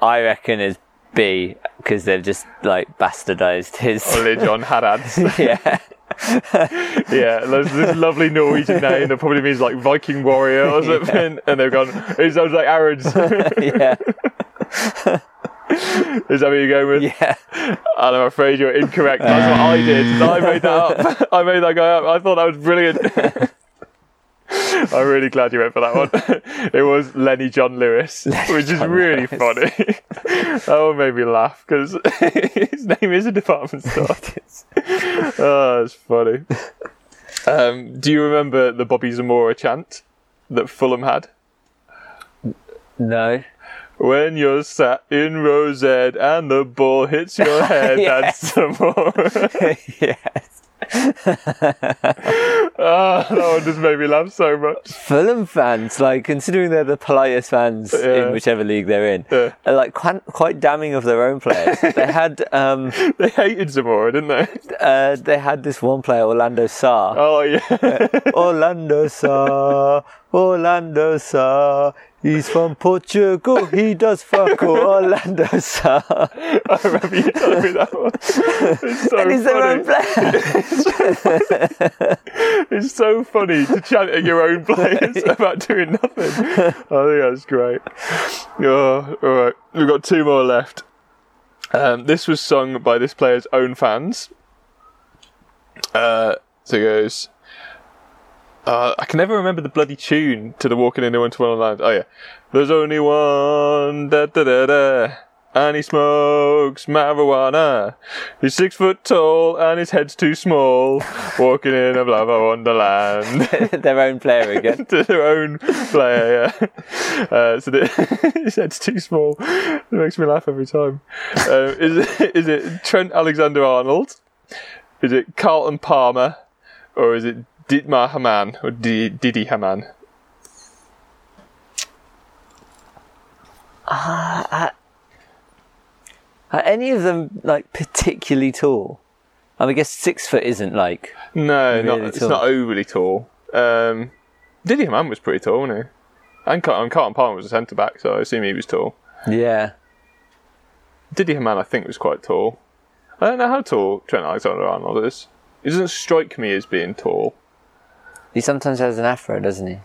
I reckon it's B because they've just like bastardized his.
Ollie John Harads.
yeah.
Yeah, there's this lovely Norwegian name that probably means like Viking warrior or something, and they've gone. It sounds like Arons.
Yeah.
Is that what you're going with?
Yeah.
And I'm afraid you're incorrect. That's what I did. I made that up. I made that guy up. I thought that was brilliant. I'm really glad you went for that one. It was Lenny John Lewis, which is
John
really
Lewis.
funny. that one made me laugh because his name is a department store. oh, that's funny. Um, do you remember the Bobby Zamora chant that Fulham had?
No.
When you're sat in row Z and the ball hits your head,
Yeah.
that's some more.
yes.
Ah, that one just made me laugh so much.
Fulham fans, like considering they're the politest fans
Yeah.
in whichever league they're in,
Yeah.
are like quite, quite damning of their own players. they had um,
They hated Zamora, didn't they?
uh, they had this one player, Orlando Sarr.
Oh yeah.
Orlando Sa, Orlando Sa. He's from Portugal. He does fuck all. Orlando Sa.
I remember you telling me that one. It's so
He's their
funny.
own player.
it's so funny to chant at your own players about doing nothing. I think that's great. Oh, all right, we've got two more left. Um, this was sung by this player's own fans. Uh, so it goes. Uh, I can never remember the bloody tune to the Walking in the Winter Wonderland. Oh yeah, there's only one. Da da da da. And he smokes marijuana. He's six foot tall and his head's too small. Walking in a blabber wonderland
their own player again.
to their own player. Yeah. Uh, so the, his head's too small. It makes me laugh every time. Um, is it, is it Trent Alexander Arnold? Is it Carlton Palmer, or is it Dietmar Hamann or D- Didi Hamann?
Are any of them like particularly tall? I mean, I guess six foot isn't like.
No, not,
Really
it's
tall.
not overly tall. Um, Didi Hamann was pretty tall, wasn't he? And Carlton, Carlton Palmer was a centre back, so I assume he was tall.
Yeah.
Didi Hamann, I think, was quite tall. I don't know how tall Trent Alexander Arnold is. He doesn't strike me as being tall.
He sometimes has an afro, doesn't he?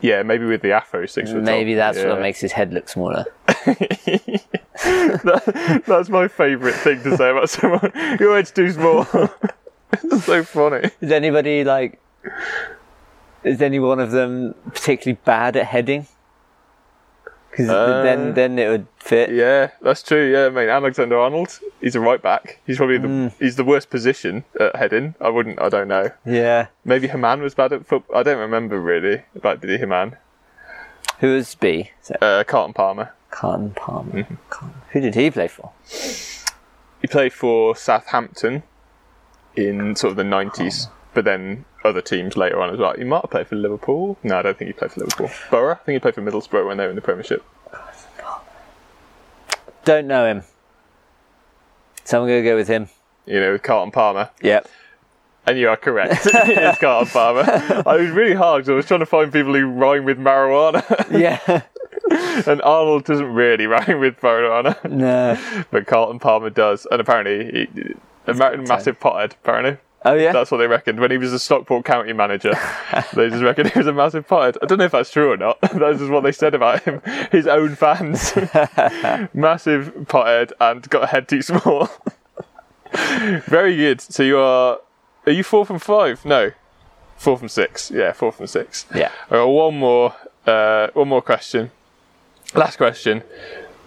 Yeah, maybe with the afro six foot.
Maybe
tall.
that's what
Yeah.
makes his head look smaller.
That- that's my favourite thing to say about someone. Your head's too small. it's so funny.
Is anybody like? Is any one of them particularly bad at heading? because
Uh,
then then it would fit.
Yeah, that's true. Yeah, I mean Alexander Arnold, he's a right back. He's probably the
Hmm.
he's the worst position at heading. I wouldn't. I don't know.
yeah.
Maybe Haman was bad at football. I don't remember really about Didi Haman.
Who was B? Is that
Uh, Carlton Palmer.
Carton Palmer.
Mm-hmm.
Carton. Who did he play for?
He played for Southampton in sort of the nineties, but then other teams later on as well. He might have played for Liverpool. No, I don't think he played for Liverpool. Borough. I think he played for Middlesbrough when they were in the Premiership.
Don't know him. So I'm gonna go with him.
You know, with Carlton Palmer.
Yep.
And you are correct. it is Carlton Palmer. I was really hard because I was trying to find people who rhyme with marijuana,
Yeah.
and Arnold doesn't really rhyme with marijuana,
no.
but Carlton Palmer does. And apparently, he, a ma- massive pothead. Apparently.
Oh yeah.
That's what they reckoned. When he was the Stockport County manager, they just reckoned he was a massive pothead. I don't know if that's true or not. That's just what they said about him. His own fans. massive pothead and got a head too small. Very good. So you are. Are you four from five? No. Four from six. Yeah, four from six.
Yeah.
All right, one more. Uh, one more question. Last question.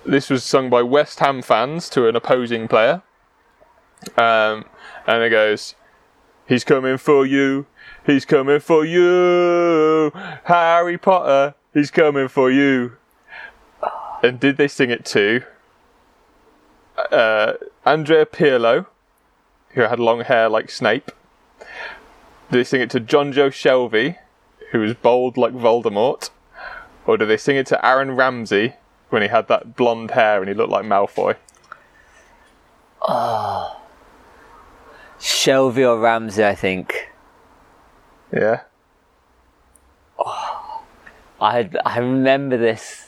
This was sung by West Ham fans to an opposing player. Um, and it goes, He's coming for you. He's coming for you. Harry Potter, he's coming for you. And did they sing it to uh, Andrea Pirlo, who had long hair like Snape? Did they sing it to John Joe Shelby, who was bold like Voldemort? Or did they sing it to Aaron Ramsey when he had that blonde hair and he looked like Malfoy?
Shelby or Ramsey, I think.
Yeah.
I I remember this.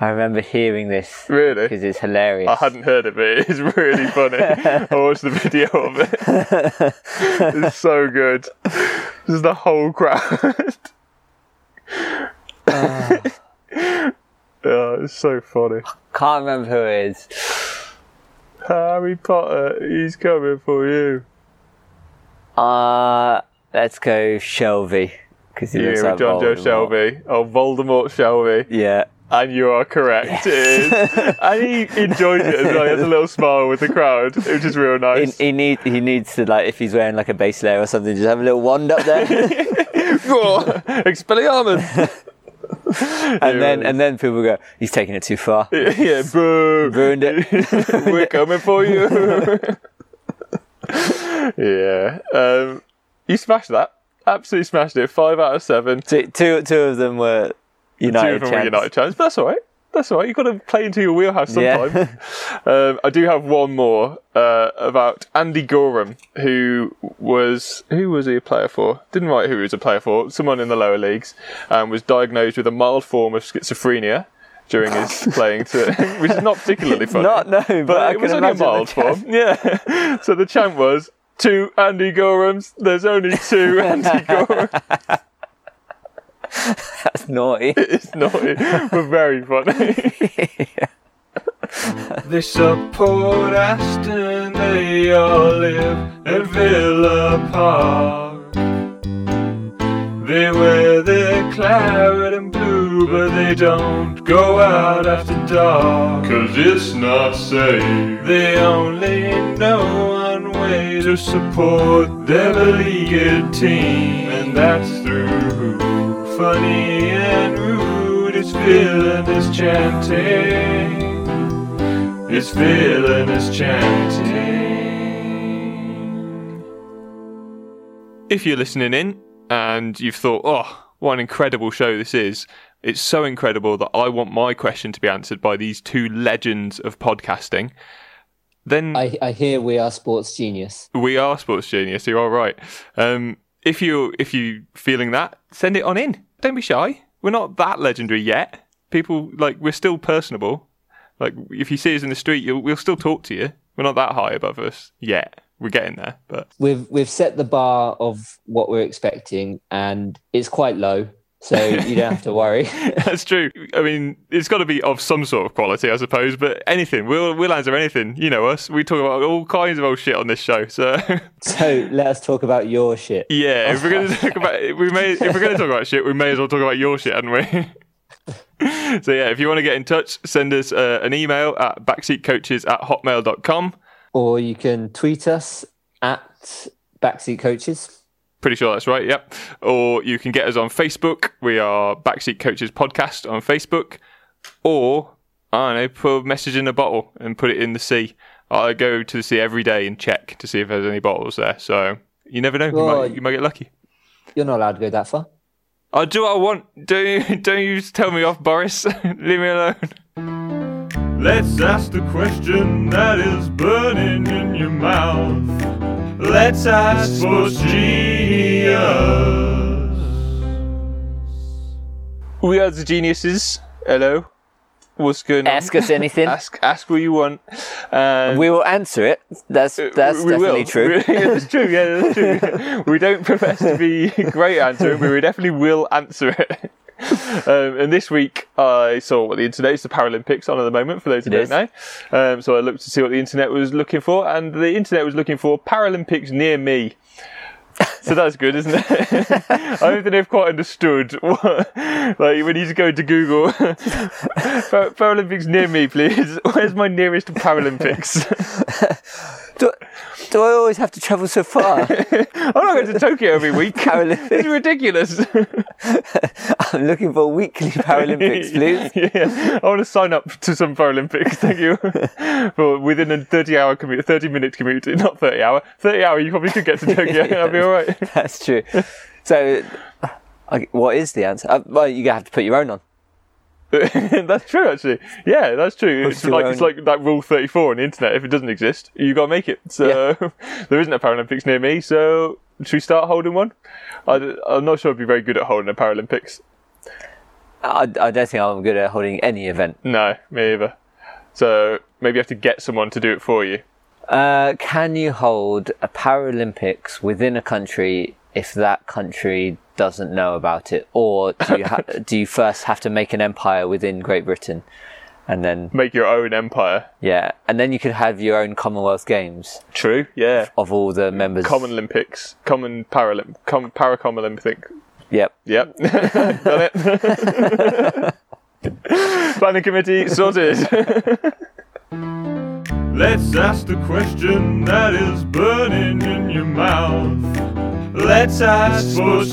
I remember hearing this
Really?
because it's hilarious.
I hadn't heard of it. It's really funny. I watched the video of it. It's so good. This is the whole crowd.
Ah.
oh, it's so funny.
Can't remember who it is.
Harry Potter, he's coming for you.
Uh, let's go Shelby because he
You
looks
with
like
John Joe
Voldemort.
Shelby. Oh, Voldemort Shelby.
Yeah.
And you are correct. It is. and he enjoyed it as well. He has a little smile with the crowd, which is real
He,
nice.
he need he needs to like if he's wearing like a base layer or something, just have a little wand up there,
Expelliarmus!
and then and then people go, he's taking it too far,
yeah, boo.
ruined it.
We're coming for you. yeah. Um, you smashed that. Absolutely smashed it. Five out of seven.
two, two two of them were
Two
United.
of them were
chants.
United chance, but that's all right. That's all right. You've got to play into your wheelhouse
Yeah.
sometimes. um, I do have one more uh, about Andy Gorham, who was who was he a player for? Didn't write who he was a player for. Someone in the lower leagues, and was diagnosed with a mild form of schizophrenia during his playing, to, which is not particularly funny.
Not no, but,
but
I
it
can
was only a
imagine the
mild
chant.
form. Yeah. so the chant was two Andy Gorhams. There's only two Andy Gorhams.
That's naughty.
It's not. But very funny.
They support Aston, they all live at Villa Park. They wear their claret and blue, but they don't go out after dark. Cause it's not safe. They only know one way to support their beleaguered team, and that's through funny and rude. It's villainous chanting. It's villainous chanting.
if you're listening in and you've thought, oh, what an incredible show this is, it's so incredible that I want my question to be answered by these two legends of podcasting, then
I, I hear we are sports genius.
we are sports genius. You are right. Um, if you if you feeling that, send it on in. Don't be shy. We're not that legendary yet. People like we're still personable. Like if you see us in the street, you'll, we'll still talk to you. We're not that high above us yet. We're getting there, but
We've we've set the bar of what we're expecting, and it's quite low, so you don't have to worry.
That's true. I mean, it's got to be of some sort of quality, I suppose. But anything, we'll we'll answer anything. You know us. We talk about all kinds of old shit on this show. So
so let us talk about your shit.
yeah, if we're gonna talk about we may if we're gonna talk about shit, we may as well talk about your shit, hadn't we? So, yeah, if you want to get in touch, send us uh, an email at backseatcoaches at hotmail.com.
Or you can tweet us at Backseat Coaches.
Pretty sure that's right, yep. Or you can get us on Facebook. We are Backseat Coaches Podcast on Facebook. Or, I don't know, put a message in a bottle and put it in the sea. I go to the sea every day and check to see if there's any bottles there. So, you never know. You,
Well,
might, you might get lucky.
You're not allowed to go that far.
I'll Oh, do what I want. Don't you, don't you tell me off, Boris. Leave me alone. Let's ask the question that is burning in your mouth. Let's ask Sports We are the geniuses. Hello. What's going on?
Ask us anything.
Ask, ask what you want. Uh,
We will answer it. That's that's
we will.
definitely true.
yeah, that's true. Yeah, that's true. we don't profess to be great at answering, but we definitely will answer it. Um, and this week, I saw what the internet is the Paralympics on at the moment. For those who
It
don't know, um, so I looked to see what the internet was looking for, and the internet was looking for Paralympics near me. So that's good, isn't it? I don't think they've quite understood what, like when you just go to Google, Par- Paralympics near me, please. Where's my nearest Paralympics?
Do, do I always have to travel so far?
I'm not going to Tokyo every week.
Paralympics.
It's ridiculous.
I'm looking for weekly Paralympics, please.
yeah, I want to sign up to some Paralympics. Thank you. For within a 30 hour commute, 30 minute commute, not 30 hour. 30 hour, you probably could get to Tokyo. and I'll be all right.
That's true. So, I, what is the answer? Uh, well, you have to put your own on.
that's true, actually. Yeah, that's true. it's
your
like it's
own-
like that rule 34 on the internet. If it doesn't exist, you got to make it. So there isn't a Paralympics near me. So should we start holding one? I, am not sure I'd be very good at holding a Paralympics.
I, I don't think I'm good at holding any event.
No, me either. So maybe you have to get someone to do it for you.
Uh, can you hold a Paralympics within a country if that country doesn't know about it, or do you ha- do you first have to make an empire within Great Britain, and then
Make your own empire.
yeah, and then you could have your own Commonwealth Games
True. Yeah.
of all the members.
Common Olympics. Common Paralymp. Com- Paracom Olympic.
Yep.
Yep. Done it. Planning committee sorted. Let's ask the question that is burning in your mouth. Let's ask for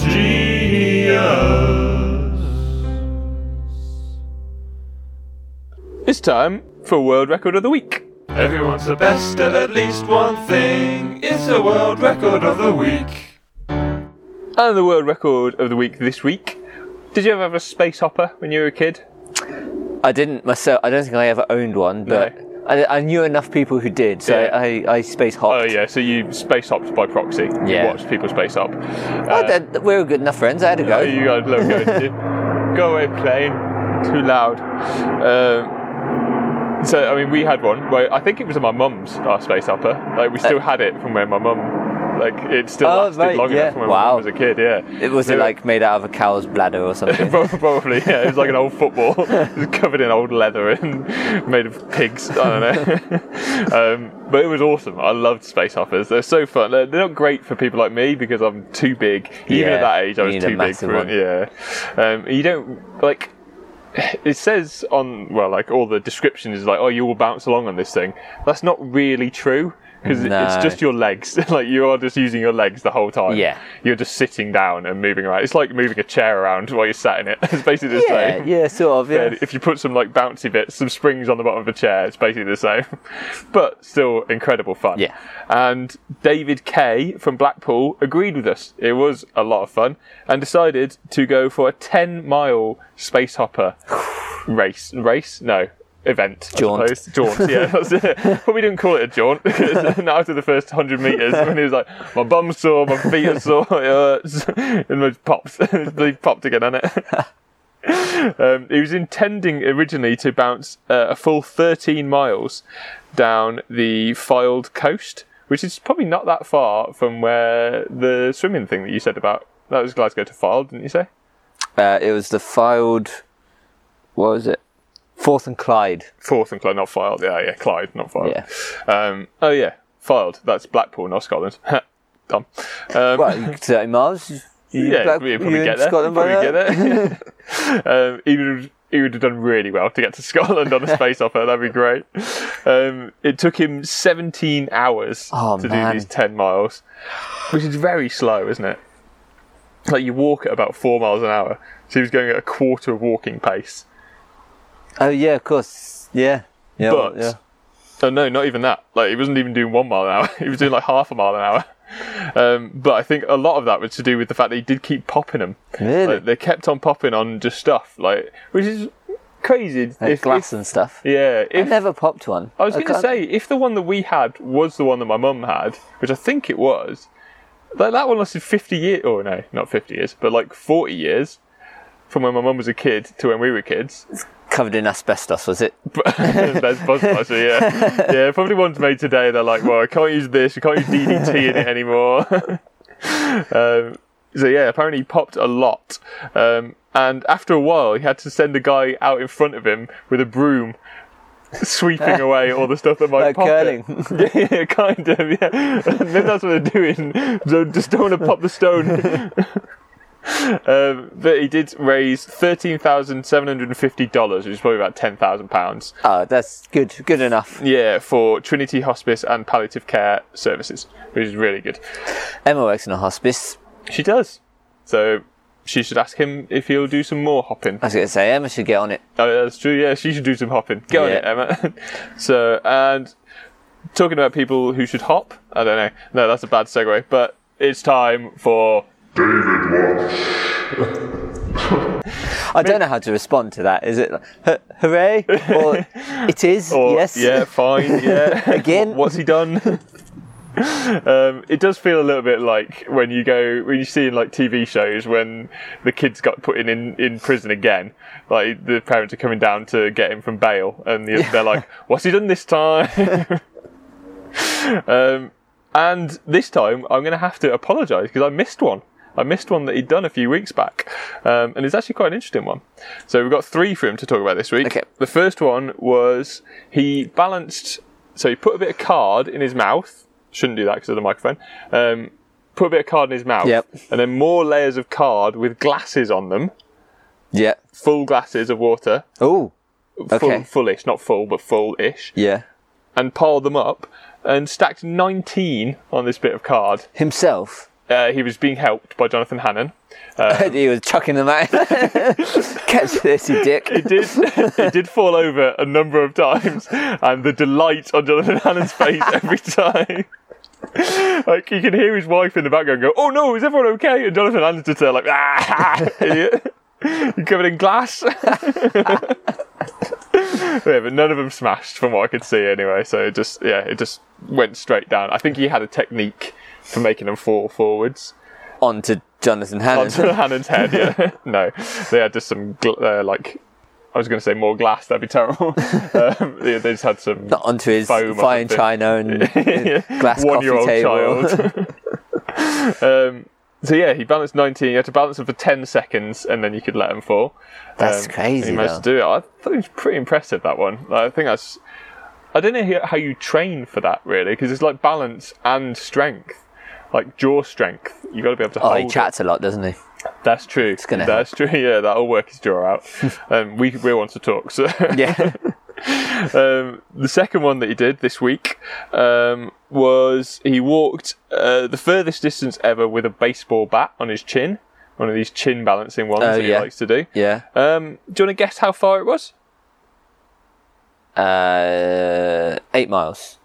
It's time for World Record of the Week. Everyone's the best at at least one thing. It's the World Record of the Week. And the world record of the week this week. Did you ever have a space hopper when you were a kid?
I didn't myself. I don't think I ever owned one, but I, I knew enough people who did, so
Yeah.
I, I, I space hopped.
Oh yeah, so you space hopped by proxy. You
Yeah.
watched people space hop.
Oh,
Uh,
that- we were good enough friends. I had a go.
oh, you guys love going did you? Go away, plane. Too loud. Um, so I mean, we had one. Well, I think it was at my mum's our space hopper. Like we still had it from where my mum. Like it still
Oh,
lasted
right,
long
yeah.
enough from when my
Wow.
mum was a kid. Yeah.
it was
They
it
were-
like made out of a cow's bladder or something.
Prob- Probably, yeah. It was like an old football, it was covered in old leather and made of pigs. I don't know. um, but it was awesome. I loved space hoppers. They're so fun. They're, they're not great for people like me because I'm too big. Even
Yeah,
at that age, I
you
was
need a
too big
massive
for
one.
it. Yeah. Um, you don't like. It says on well, like all the description is like, oh, you will bounce along on this thing. That's not really true. Because it's
No.
just your legs. like you are just using your legs the whole time.
Yeah.
You're just sitting down and moving around. It's like moving a chair around while you're sat in it. It's basically the
yeah,
same.
yeah, sort of. Yeah.
And If you put some like bouncy bits, some springs on the bottom of a chair, it's basically the same. But still incredible fun.
Yeah.
And David Kay from Blackpool agreed with us. It was a lot of fun and decided to go for a 10 mile space hopper race. Race? No. Event. I
Jaunt.
suppose. Jaunt, yeah. That's it. But we didn't call it a jaunt because now after the first 100 metres, when he was like, my bum's sore, my feet are sore, it hurts. And it popped. it popped again, hadn't it? Um, he was intending originally to bounce uh, a full 13 miles down the filed coast, which is probably not that far from where the swimming thing that you said about. That was Glasgow to Fylde, didn't you say?
Uh, it was the filed. What was it? Forth and Clyde.
Forth and Clyde, not Fylde. Yeah, yeah, Clyde, not Fylde.
Yeah.
Um, oh yeah, Fylde. That's Blackpool, not Scotland. Dumb. Um,
Well, you- thirty miles. You,
yeah,
like-
we'll
you
probably
in
get there.
Scotland by
probably get there. um, he would he would have done really well to get to Scotland on a space offer. That'd be great. Um, it took him 17 hours
Oh,
to
man.
do these 10 miles, which is very slow, isn't it? Like you walk at about four miles an hour, so he was going at a quarter of walking pace.
Oh yeah, of course. Yeah. Yeah. well,
But
yeah.
oh no, not even that. Like he wasn't even doing one mile an hour. He was doing like half a mile an hour. Um, but I think a lot of that was to do with the fact that he did keep popping them.
Really?
Like, they kept on popping on just stuff like, which is crazy.
Like
If-
Uh, glass
if-
and stuff.
yeah,
I
if
never popped one.
I was going to
can't-
say, if the one that we had was the one that my mum had, which I think it was, that, that one lasted 50 years, or no, not 50 years, but like 40 years from when my mum was a kid to when we were kids.
covered in asbestos, was it?
That's possible, so yeah. Yeah, probably one's made today, they're like, well, I can't use this, you can't use DDT in it anymore. um, so yeah, apparently he popped a lot. Um, and after a while, he had to send a guy out in front of him with a broom. Sweeping away all the stuff that might
Like
pop it.
curling.
Yeah, yeah, kind of. Yeah, maybe that's what they're doing. So just don't want to pop the stone. um, but he did raise thirteen thousand seven hundred and fifty dollars, which is probably about ten thousand pounds.
Oh, that's good. Good enough.
Yeah, for Trinity Hospice and palliative care services, which is really good.
Emma works in a hospice.
She does. So she should ask him if he'll do some more hopping.
I was going to say Emma should get on it.
Oh, that's true. Yeah, she should do some hopping. Go on
Yeah.
it, Emma. so, and talking about people who should hop, I don't know. No, that's a bad segue. But it's time for.
I don't know how to respond to that. Is it like, "Hu- hooray or it is?
Or,
yes.
Yeah, fine. Yeah.
Again?
What's he done? Um, it does feel a little bit like when you go when you see in like TV shows when the kid's got put in, in in prison again, like the parents are coming down to get him from bail, and the, they're like, "What's he done this time?" um, and this time, I'm going to have to apologise because I missed one. I missed one that he'd done a few weeks back, um, and it's actually quite an interesting one. So we've got three for him to talk about this week.
Okay.
The first one was he balanced, so he put a bit of card in his mouth. Shouldn't do that because of the microphone. Um, put a bit of card in his mouth,
Yep.
and then more layers of card with glasses on them,
Yeah.
full glasses of water,
Oh.
full,
Okay.
fullish, not full, but full-ish,
Yeah.
and piled them up and stacked 19 on this bit of card.
Himself.
Uh, he was being helped by Jonathan Hannon. Uh-huh.
he was chucking them out. Catch this, you dick.
He did, he did fall over a number of times, and the delight on Jonathan Hannon's face every time. Like you can hear his wife in the background go, "Oh no, is everyone okay?" And Jonathan Hannon's just there like, "Ah, idiot, you're covered in glass." yeah, but none of them smashed, from what I could see, anyway. So it just, yeah, it just went straight down. I think he had a technique for making them fall forwards.
On to Jonathan Hannon.
onto Hannon's head. Yeah, no, they had just some gl- uh, like I was going to say more glass. That'd be terrible. um, they, they just had some
Not onto his
Foam or
fine
something.
china and glass coffee
one-year-old
table.
child. um, so yeah, he balanced 19. You had to balance them for 10 seconds, and then you could let him fall.
That's
Um,
crazy,
He managed
though.
to do it. I thought it was pretty impressive that one. Like, I think that's. I don't know how- how you train for that really, because it's like balance and strength, like jaw strength. You've got to be able to
Oh,
hold.
he
it.
chats a lot, doesn't he?
That's true.
gonna
That's true. Yeah, that'll work his jaw out. um, we we want to talk. So
Yeah.
um, the second one that he did this week um, was he walked uh, the furthest distance ever with a baseball bat on his chin. One of these chin balancing ones
Oh,
that
yeah.
he likes to do.
yeah.
Um, do you want to guess how far it was?
Uh, eight miles.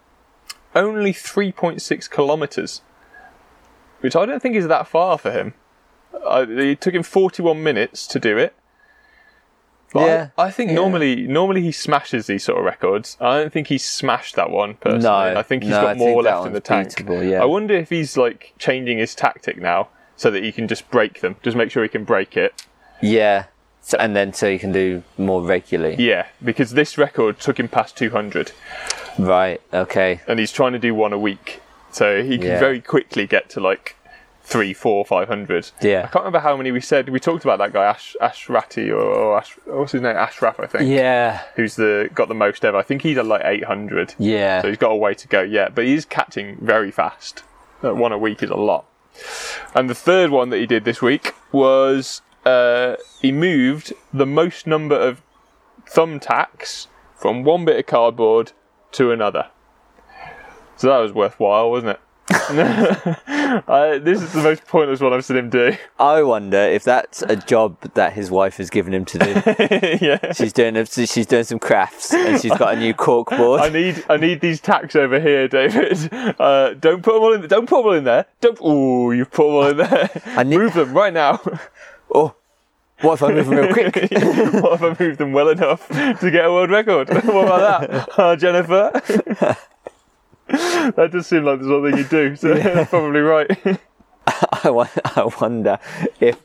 Only 3.6 kilometres, which I don't think is that far for him. I, it took him 41 minutes to do it. But I-
Yeah,
I, think normally normally he smashes these sort of records. I don't think he smashed that one personally.
No,
I think he's
no, I
got
think
more
that
left in the
one's
tank.
beatable, yeah.
I wonder if he's like changing his tactic now so that he can just break them. Just make sure he can break it.
Yeah. So, and then so you can do more regularly.
Yeah, because this record took him past 200
Right. Okay.
and he's trying to do one a week. So he can
Yeah.
very quickly get to like three, four, five hundred. I
Yeah.
can't remember how many we said. We talked about that guy Ash Ash Ratty or, or Ash, what's his name? Ash Raff, I think.
Yeah.
who's the got the most ever. I think he's at like 800.
Yeah.
So he's got a way to go yet, but he's catching very fast. Like one a week is a lot. And the third one that he did this week was uh, he moved the most number of thumbtacks from one bit of cardboard to another. So that was worthwhile, wasn't it? I, this is the most pointless one I've seen him do.
I wonder if that's a job that his wife has given him to do.
yeah.
she's doing a, she's doing some crafts and she's got a new cork
I
board.
need I need these tacks over here, David. Uh, don't put them all in. Don't put them all in there. Don't. Ooh, you put them all in there.
I need-
Move them right now.
Oh, what if I move them real quick?
what if I move them well enough to get a world record? what about that, huh, Jennifer? that does seem like the sort of thing you do. So you're probably right.
I, won- I wonder if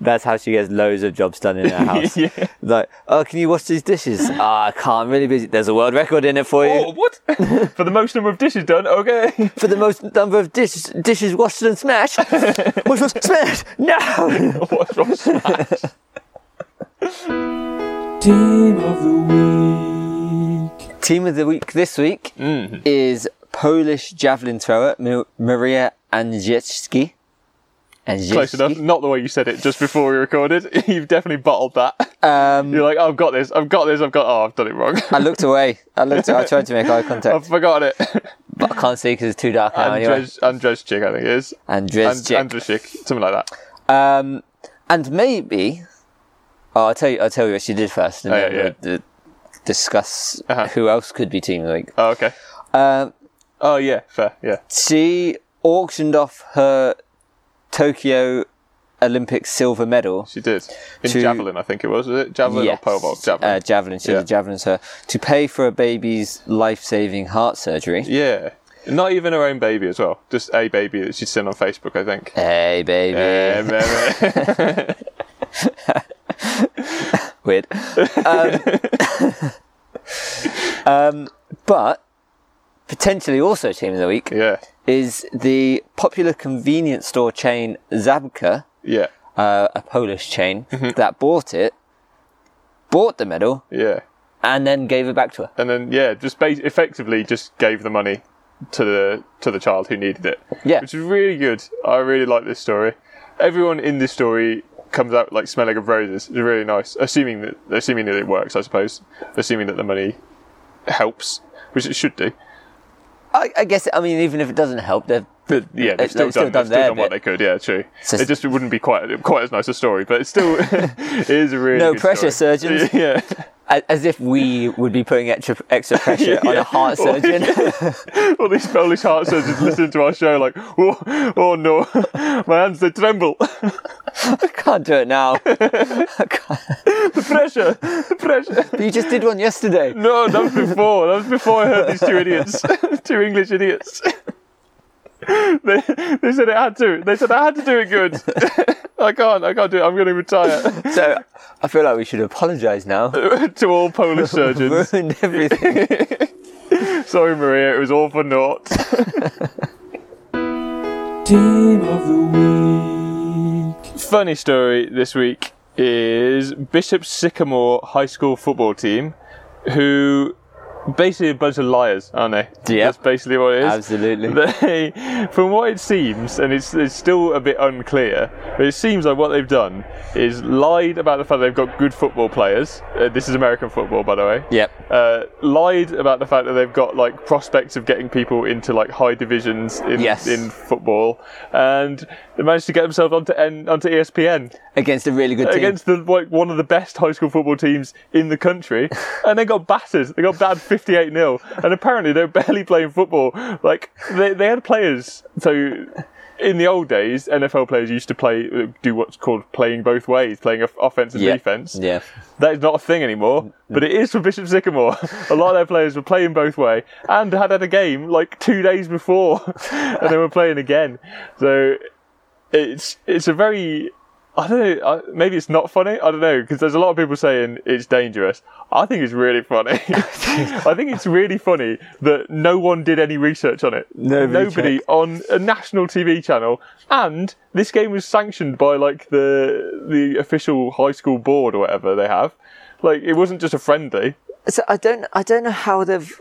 that's how she gets loads of jobs done in her house.
Yeah.
Like, oh, can you wash these dishes? Ah, I can't. I'm really busy. There's a world record in it for you
Oh, what? For the most number of dishes done. Okay.
for the most number of dishes dishes washed and smashed. washed and smashed. No.
What's wrong with that?
Team of the week.
Team of the week this week
Mm-hmm.
is Polish javelin thrower Mil- Maria Angielski.
Close enough. Not the way you said it just before we recorded. You've definitely bottled that.
Um,
You're like, I've got this. I've got this. I've got. Oh, I've done it wrong.
I looked away. I looked. I tried to make eye
I've
contact,
forgotten it.
but I can't see because it's too dark now. Anyway,
Andrzej Andrzej Chick, I think it is. And-
Andrzejczyk.
Andrzejczyk, something like that.
Um, and maybe. Oh, I'll tell you. I'll tell you what she did first, and
Oh,
then
yeah, yeah.
we'll, uh, discuss
Uh-huh.
who else could be team of the week.
Oh, okay.
Um,
Oh, yeah, fair, yeah.
she auctioned off her Tokyo Olympic silver medal.
She did. In
To-
javelin, I think it was, was it? Javelin
Yes.
or pole vault? Javelin.
Uh, javelin. She
Yeah.
did javelin, sir, to pay for a baby's life-saving heart surgery.
yeah. Not even her own baby as well. Just a baby that she'd seen on Facebook, I think.
Hey, baby.
Um, um, uh,
Weird. Um, um, but potentially also team of the week
yeah.
is the popular convenience store chain Zabka,
Yeah.
uh, a Polish chain
Mm-hmm.
that bought it, bought the medal,
Yeah.
and then gave it back to her.
And then, yeah, just bas- effectively just gave the money to the to the child who needed it.
Yeah.
Which is really good. I really like this story. Everyone in this story comes out like smelling of roses. It's really nice. Assuming that assuming that it works, I suppose. Assuming that the money helps, which it should do.
I, I guess. I mean, even if it doesn't help, they've
But yeah, they've
They've
still,
still
done,
done
they've still
their
done what they
bit.
could. Yeah, true.
So-
it just wouldn't be quite quite as nice a story, but it's still it is a really
No
good
pressure,
story.
surgeons.
yeah,
a- as if we would be putting extra extra pressure on
Yeah.
a heart
Or-
surgeon.
all these Polish heart surgeons listening to our show like, oh, oh no, my hands they tremble.
I can't do it now. I can't.
The pressure, the pressure.
But you just did one yesterday.
No, that was before. That was before I heard these two idiots, two English idiots. They, they said it had to. They said I had to do it good. I can't. I can't do it. I'm going to retire.
So I feel like we should apologise now.
to all Polish surgeons.
Ruined everything.
Sorry, Maria, it was all for naught.
Team of the week.
Funny story this week is Bishop Sycamore High School football team, who basically a bunch of liars, aren't they?
Yeah.
That's basically what it is.
Absolutely.
They, from what it seems, and it's, it's still a bit unclear, but it seems like what they've done is lied about the fact they've got good football players. Uh, this is American football, by the way.
Yep.
uh, lied about the fact that they've got like prospects of getting people into like high divisions in
Yes.
in football, and they managed to get themselves onto N, onto ESPN
Against a really good team.
against the like one of the best high school football teams in the country, and they got battered. They got battered fifty eight 0 and apparently they're barely playing football. Like they they had players so. In the old days, NFL players used to play uh, do what's called playing both ways, playing off- offense and
Yeah.
defense.
Yeah.
That is not a thing anymore, but it is for Bishop Sycamore. A lot of their players were playing both way and had had a game like two days before, and they were playing again. So it's it's a very I don't know. I- Maybe it's not funny. I don't know because there's a lot of people saying it's dangerous. I think it's really funny. I think it's really funny that no one did any research on it.
Nobody
Nobody on a national TV channel, and this game was sanctioned by like the the official high school board or whatever they have. Like it wasn't just a friendly.
So I don't I don't know how they've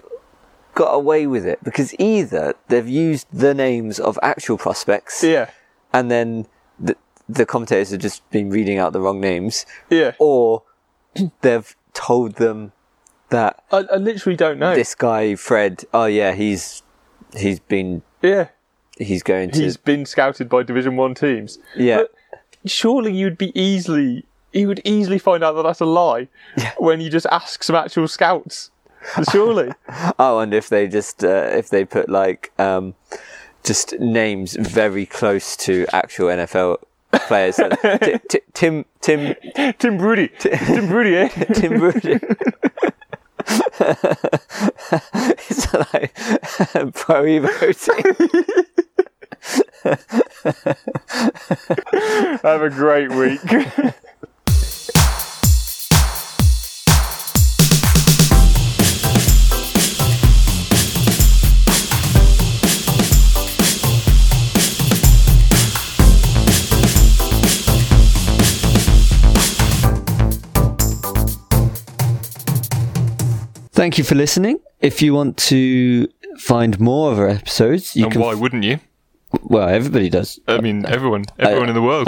got away with it because either they've used the names of actual prospects
Yeah,
and then the, the commentators have just been reading out the wrong names
yeah.
or they've told them that
I, I literally don't know.
this guy Fred? Oh yeah, he's he's been
yeah,
he's going to
he's been scouted by Division One teams.
yeah.
But surely you'd be easily you would easily find out that that's a lie when you just ask some actual scouts. Surely,
Oh, and if they just uh, if they put like um, just names very close to actual NFL players, like Ti- Ti- Tim Tim
Tim Broody, Tim Broody, eh?
Tim Broody. it's like pro voting.
Have a great week.
Thank you for listening. If you want to find more of our episodes, you can.
wouldn't you?
Well, everybody does.
I mean, everyone,
I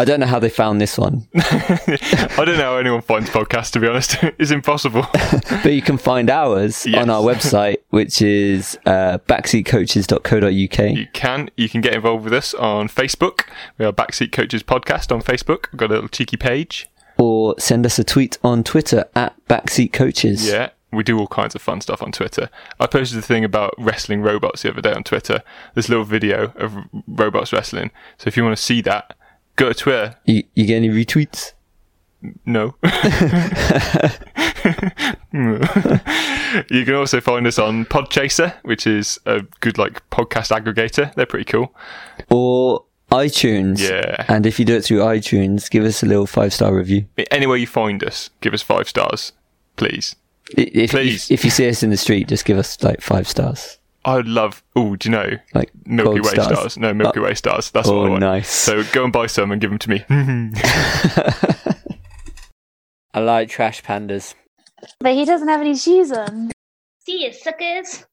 don't know how they found this one,
I don't know how anyone finds podcasts. To be honest, it's impossible.
but you can find ours
Yes.
on our website, which is uh, backseatcoaches.co.uk.
you can you can get involved with us on facebook we are backseat coaches podcast on facebook We've got a little cheeky page
or send us a tweet on Twitter at Backseat Coaches.
yeah we do all kinds of fun stuff on twitter i posted a thing about wrestling robots the other day on twitter this little video of r- robots wrestling so if you want to see that go to twitter
You, you get any retweets?
no you can also find us on podchaser which is a good like podcast aggregator they're pretty cool
Or iTunes.
Yeah.
And if you do it through iTunes, give us a little five star review.
anywhere you find us give us five stars please
I- If,
Please.
If, if you see us in the street, just give us like five stars.
I would love. Oh, do you know?
Like
Milky
gold
Way stars.
stars.
No, Milky Way stars. That's what
oh,
I want.
nice.
So go and buy some and give them to me.
I like trash pandas.
But he doesn't have any shoes on.
See you, suckers.